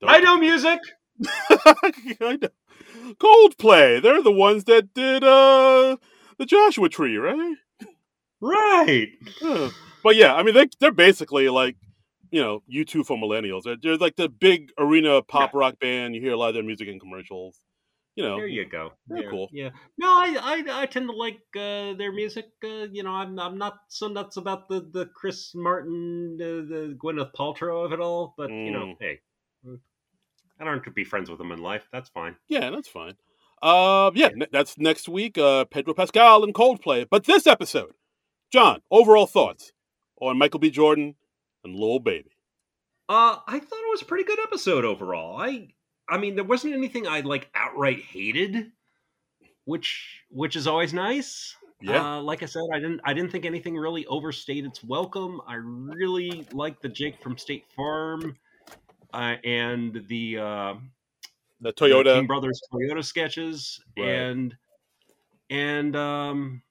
B: don't-
A: I know music.
B: I know. Coldplay, they're the ones that did uh the Joshua Tree, right?
A: Right.
B: Huh. But yeah, I mean they they're basically like you know you two for millennials. They're, they're like the big arena pop rock band. You hear a lot of their music in commercials. You know,
A: There you go.
B: Very
A: yeah,
B: cool.
A: Yeah. No, I, I I tend to like uh, their music. Uh, you know, I'm I'm not so nuts about the the Chris Martin, uh, the Gwyneth Paltrow of it all. But you know,
B: Mm.
A: hey, I don't have to be friends with them in life. That's fine.
B: yeah, that's fine. Uh, yeah, ne- that's next week. Uh, Pedro Pascal and Coldplay. But this episode, John, overall thoughts on Michael B. Jordan and Lil Baby.
A: Uh, I thought it was a pretty good episode overall. I I mean, there wasn't anything I like outright hated, which which is always nice.
B: Yeah,
A: Uh, like I said, I didn't I didn't think anything really overstayed its welcome. I really liked the Jake from State Farm, uh, and the uh, the
B: the Toyota.
A: King Brothers Toyota sketches,
B: Right.
A: and and um,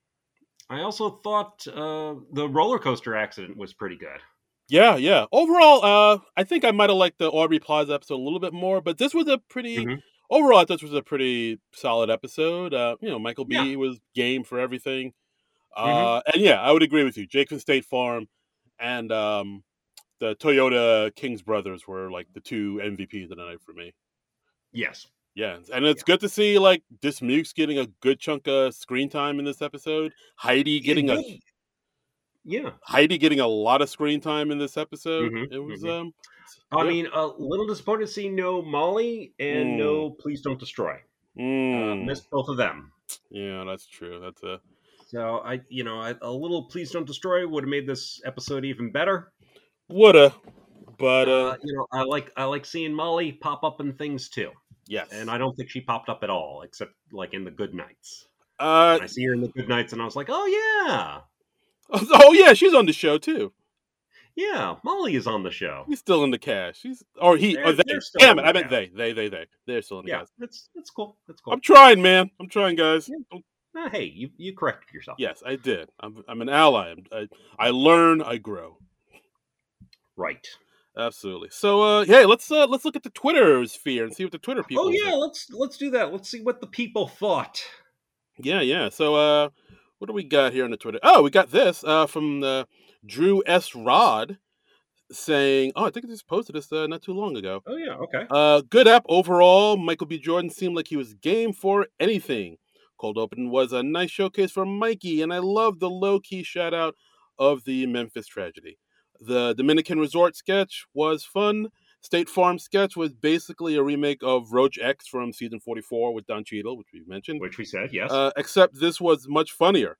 A: I also thought uh, the roller coaster accident was pretty good.
B: Yeah, yeah. Overall, uh, I think I might have liked the Aubrey Plaza episode a little bit more, but this was a pretty
A: Mhm.
B: overall. I thought this was a pretty solid episode. Uh, you know, Michael B
A: Yeah.
B: was game for everything,
A: Mhm.
B: uh, and yeah, I would agree with you. Jake from State Farm and um, the Toyota Kings brothers were like the two MVPs of the night for me.
A: Yes.
B: Yeah, and it's good to see like this Mukes getting a good chunk of screen time in this episode. Heidi getting a
A: yeah.
B: Heidi getting a lot of screen time in this episode.
A: Mhm,
B: It was
A: mhm.
B: um.
A: I
B: yeah.
A: mean, a little disappointed to see no Molly and
B: Mm.
A: no Please Don't Destroy. Uh,
B: Mm.
A: missed both of them.
B: Yeah, that's true. That's a
A: So I, you know, I, a little "Please Don't Destroy" would have made this episode even better.
B: woulda, but uh,
A: Uh, you know, I like I like seeing Molly pop up in things too,
B: yes,
A: and I don't think she popped up at all except like in the Good Nights.
B: uh,
A: I see her in the Good Nights, and I was like, oh yeah,
B: oh yeah, she's on the show too.
A: yeah, Molly is on the show.
B: He's still in the cast. She's or he or
A: They're-
B: they.
A: they're still
B: Damn it,
A: in
B: I
A: the
B: meant they. They they they. They're still in the
A: Yeah,
B: cast.
A: that's that's cool. That's cool.
B: I'm trying, man. I'm trying, guys.
A: Yeah.
B: Don't-
A: Uh, hey, you you corrected yourself.
B: Yes, I did. I'm I'm an ally. I'm- I I learn. I grow.
A: right.
B: Absolutely. So uh, hey, let's uh, let's look at the Twitter sphere and see what the Twitter people.
A: oh yeah,
B: think.
A: let's let's do that. Let's see what the people thought.
B: yeah, yeah. So uh, what do we got here on the Twitter? Oh, we got this uh from the Drew S. Rod saying, oh, I think I just posted this uh, not too long ago.
A: Oh yeah, okay.
B: Uh, good app overall. Michael B. Jordan seemed like he was game for anything. Cold Open was a nice showcase for Mikey, and I love the low key shout out of the Memphis tragedy. The Dominican Resort sketch was fun. State Farm sketch was basically a remake of Roach X from season 44 with Don Cheadle, which we mentioned,
A: Which we said yes.
B: uh, except this was much funnier.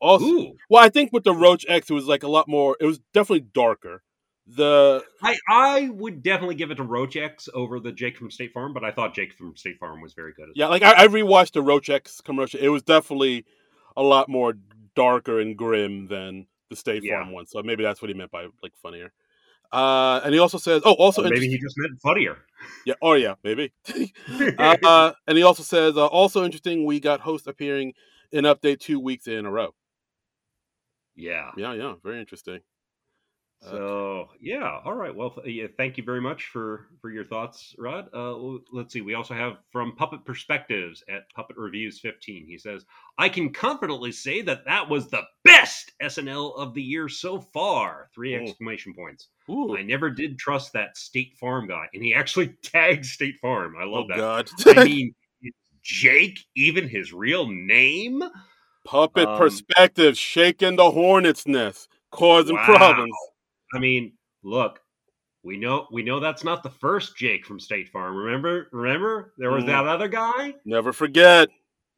B: Also,
A: Ooh,
B: well, I think with the Roach X, it was like a lot more, it was definitely darker. The
A: I I would definitely give it to Roach X over the Jake from State Farm, but I thought Jake from State Farm was very good. as
B: Yeah, like I, I rewatched the Roach X commercial. It was definitely a lot more darker and grim than the State
A: Yeah.
B: Farm one. So maybe that's what he meant by like funnier. Uh, and he also says, oh, also
A: well. Or maybe
B: interest-
A: he just meant funnier.
B: yeah, oh yeah, maybe. uh, and he also says, uh, also interesting. We got host appearing in update two weeks in a row.
A: Yeah.
B: Yeah, yeah, very interesting.
A: So yeah, all right. Well, th- yeah, thank you very much for for your thoughts, Rod. Uh, l- let's see. We also have from Puppet Perspectives at Puppet Reviews 15. He says, "I can confidently say that that was the best SNL of the year so far." Three
B: Oh.
A: exclamation points.
B: Ooh.
A: I never did trust that State Farm guy, and he actually tagged State Farm. I love
B: oh
A: that.
B: God.
A: I mean, is Jake, even his real name.
B: Puppet
A: Um,
B: perspective, shaking the hornet's nest, causing
A: Wow.
B: problems.
A: I mean, look, we know we know that's not the first Jake from State Farm. Remember, remember, there was
B: Mhm.
A: that other guy,
B: Never forget.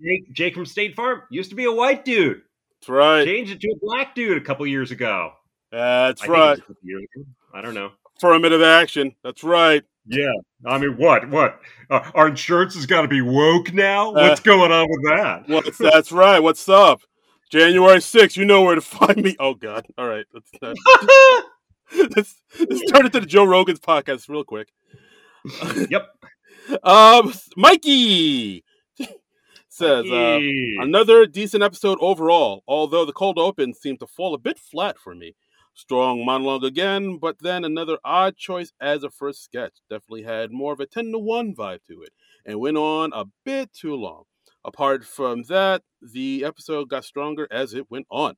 A: Jake, Jake from State Farm, used to be a white dude.
B: That's right.
A: Changed it to a black dude a couple years ago.
B: That's
A: I think it was
B: right.
A: a couple years ago. I don't know.
B: Affirmative action. That's right.
A: Yeah, I mean, what? What? Uh, our insurance has got to be woke
B: Uh.
A: now. What's going on with that?
B: What's that's right. What's up? January 6th, you know where to find me. Oh God. All right. Let's not let's, let's turn it to the Joe Rogan's podcast real quick.
A: Yep.
B: Um Mikey says uh
A: Yee.
B: Another decent episode overall, although the cold open seemed to fall a bit flat for me. Strong monologue again, but then another odd choice as a first sketch. Definitely had more of a 10 to 1 vibe to it, and went on a bit too long. Apart from that, the episode got stronger as it went on.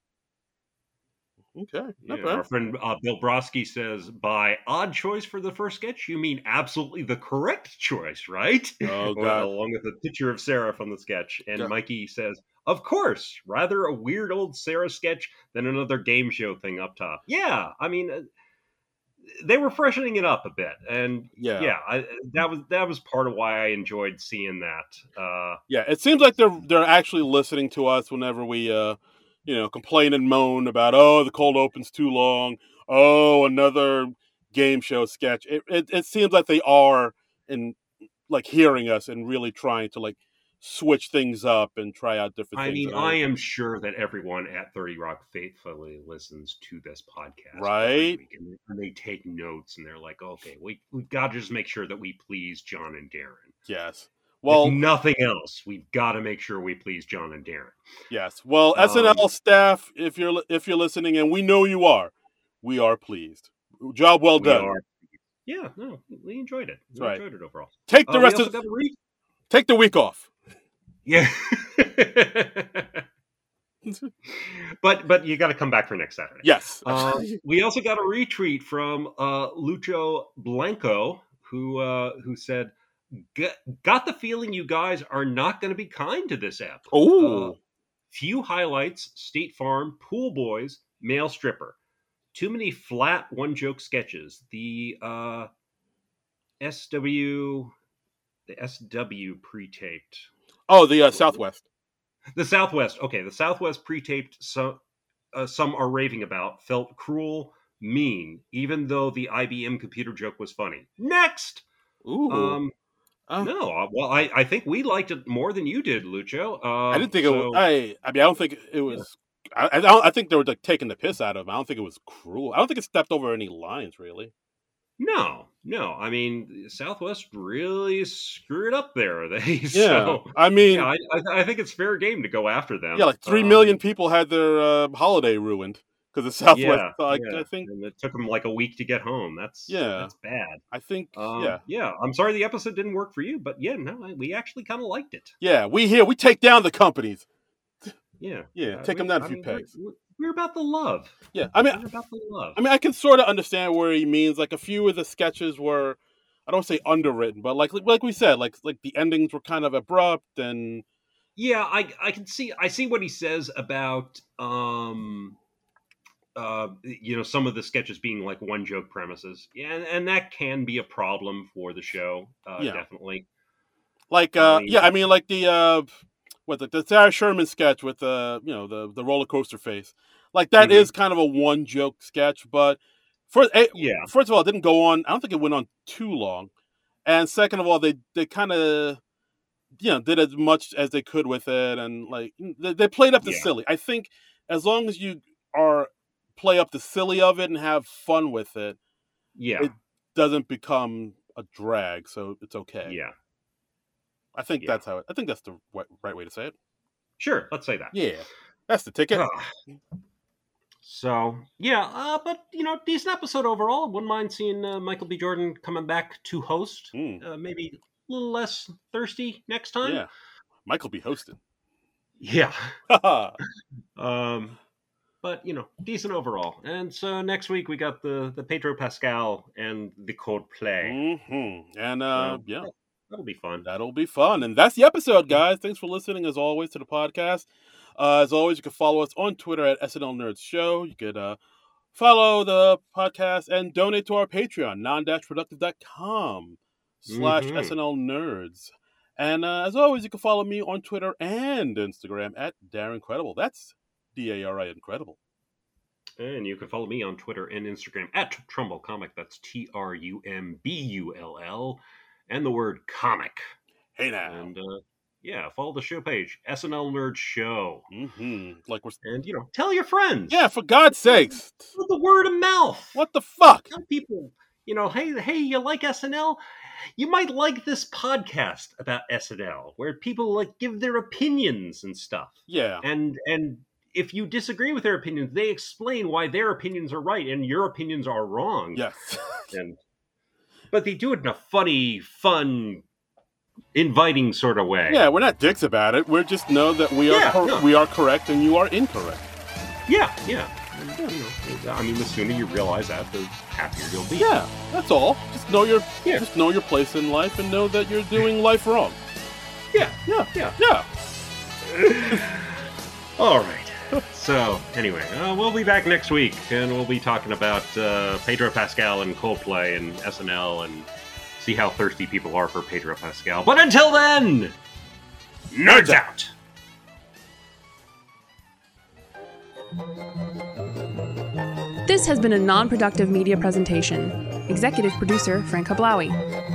B: Okay, not
A: Yeah,
B: bad.
A: our friend uh, Bill Brosky says, by odd choice for the first sketch, you mean absolutely the correct choice, right?
B: Oh,
A: Well, uh,
B: God.
A: Along with a picture of Sarah from the sketch. And
B: God.
A: Mikey says, of course, rather a weird old Sarah sketch than another game show thing up top. Yeah, I mean, uh, they were freshening it up a bit. And
B: Yeah.
A: yeah, I, that was that was part of why I enjoyed seeing that. Uh,
B: Yeah, it seems like they're they're actually listening to us whenever we uh you know complain and moan about oh the cold open's too long, oh another game show sketch. It it, it seems like they are in like hearing us and really trying to like switch things up and try out different
A: I
B: things.
A: mean,
B: and
A: I
B: everything.
A: am sure that everyone at 30 Rock faithfully listens to this podcast. every
B: Right.
A: week, And they- and they take notes and they're like, okay, we, we've got to just make sure that we please John and Darren.
B: yes.
A: Well,
B: Well,
A: nothing else. We've got to make sure we please John and Darren.
B: yes. Well,
A: Um,
B: SNL staff, if you're li- if you're listening and we know you are, we are pleased. Job well
A: we
B: done.
A: are. Yeah, no, we enjoyed it. We
B: That's right.
A: enjoyed it overall.
B: Take the
A: Uh, we
B: rest
A: also
B: of
A: got a re-
B: take the week off.
A: Yeah. but but you got to come back for next Saturday.
B: Yes.
A: Uh, we also got a retweet from uh, Lucho Blanco, who uh, who said, "G- "Got the feeling you guys are not going to be kind to this app. uh,
B: oh.
A: Few highlights: State Farm, Pool Boys, Male Stripper. Too many flat one joke sketches. The uh, SW, the SW pre-taped.
B: Oh, the uh, Southwest.
A: The Southwest, okay, the Southwest pre-taped some uh, some are raving about felt cruel, mean, even though the IBM computer joke was funny. Next,
B: Ooh,
A: um,
B: Uh,
A: no, uh, well, I, I think we liked it more than you did, Lucho. Um,
B: I didn't think it
A: so-
B: was. I, I mean, I don't think it was. I, I, don't, I think they were like taking the piss out of him. I don't think it was cruel. I don't think it stepped over any lines, really.
A: no, no, I mean Southwest really screwed up there. They
B: Yeah,
A: so
B: I mean,
A: yeah,
B: yeah,
A: I, I, I think it's fair game to go after them.
B: like three
A: Um,
B: million people had their uh, holiday ruined because the Southwest.
A: Yeah,
B: so I,
A: yeah.
B: I think.
A: and it took them like a week to get home. That's
B: Yeah.
A: that's bad.
B: I think.
A: Um, yeah.
B: yeah,
A: I'm sorry the episode didn't work for you, but yeah, no, I- we actually kind of liked it.
B: yeah. We here. We take down the companies.
A: Yeah.
B: Yeah,
A: Uh,
B: take
A: we-
B: them down a
A: I
B: few
A: mean, we're-
B: pegs.
A: We're, we're about the love.
B: Yeah, I mean,
A: We're about the love.
B: I mean, I can sort of understand where he means. Like a few of the sketches were, I don't say underwritten, but like like we said, like like the endings were kind of abrupt and
A: yeah, I I can see I see what he says about um uh you know some of the sketches being like one joke premises. Yeah, and, and that can be a problem for the show. Uh,
B: Yeah.
A: definitely.
B: like
A: I
B: uh
A: mean-
B: yeah i mean like the uh what the, the sarah sherman sketch with the you know the the roller coaster face like that
A: Mhm.
B: is kind of a one joke sketch but first eh,
A: Yeah.
B: first of all it didn't go on i don't think it went on too long and second of all they they kind of you know did as much as they could with it and like they, they played up the
A: Yeah.
B: silly i think as long as you are play up the silly of it and have fun with it
A: Yeah.
B: It- doesn't become a drag so it's okay
A: yeah.
B: i think
A: yeah.
B: that's how it, i think that's the wi- right way to say it
A: Sure, let's say that.
B: yeah, that's the ticket.
A: Ah. So yeah, uh, but you know, decent episode overall. Wouldn't mind seeing uh, Michael B. Jordan coming back to host.
B: Hmm,
A: Uh, maybe a little less thirsty next time.
B: yeah. Michael be hosting.
A: Yeah.
B: Haha.
A: Um, but you know, decent overall. And so next week we got the the Pedro Pascal and the Coldplay.
B: Mhm. And uh,
A: So,
B: yeah,
A: That'll be fun.
B: That'll be fun. And that's the episode, guys. Thanks for listening, as always, to the podcast. Uh, as always, you can follow us on Twitter at SNL Nerds Show. You could uh, follow the podcast and donate to our Patreon, non-productive.com slash
A: Mhm.
B: SNL Nerds. And uh, as always, you can follow me on Twitter and Instagram at Darren Incredible. That's D-A-R-I Incredible.
A: And you can follow me on Twitter and Instagram at Trumbull Comic. That's T R U M B U L L, and the word comic.
B: Hey now.
A: And uh, yeah, follow the show page SNL Nerd Show.
B: hmm Like we're...
A: And you know, tell your friends.
B: Yeah, for God's sakes.
A: With the word of mouth.
B: What the fuck?
A: Tell people, you know, hey, hey, you like SNL? You might like this podcast about SNL, where people like give their opinions and stuff.
B: Yeah.
A: And and if you disagree with their opinions, they explain why their opinions are right and your opinions are wrong.
B: Yes.
A: And but they do it in a funny, fun, inviting sort of way.
B: Yeah, we're not dicks about it. We're just know that we are
A: Yeah,
B: cor-
A: no.
B: we are correct and you are incorrect.
A: Yeah, yeah. And, uh, you know, I mean, the sooner you realize that, the happier you'll be.
B: Yeah, that's all. Just know your
A: Yeah.
B: just know your place in life and know that you're doing life wrong.
A: Yeah.
B: Yeah,
A: Yeah.
B: yeah.
A: All right. So, anyway, uh, we'll be back next week, and we'll be talking about uh, Pedro Pascal and Coldplay and SNL and see how thirsty people are for Pedro Pascal. But until then, nerds out!
C: This has been a non productive media presentation. Executive producer Frank Hablawi.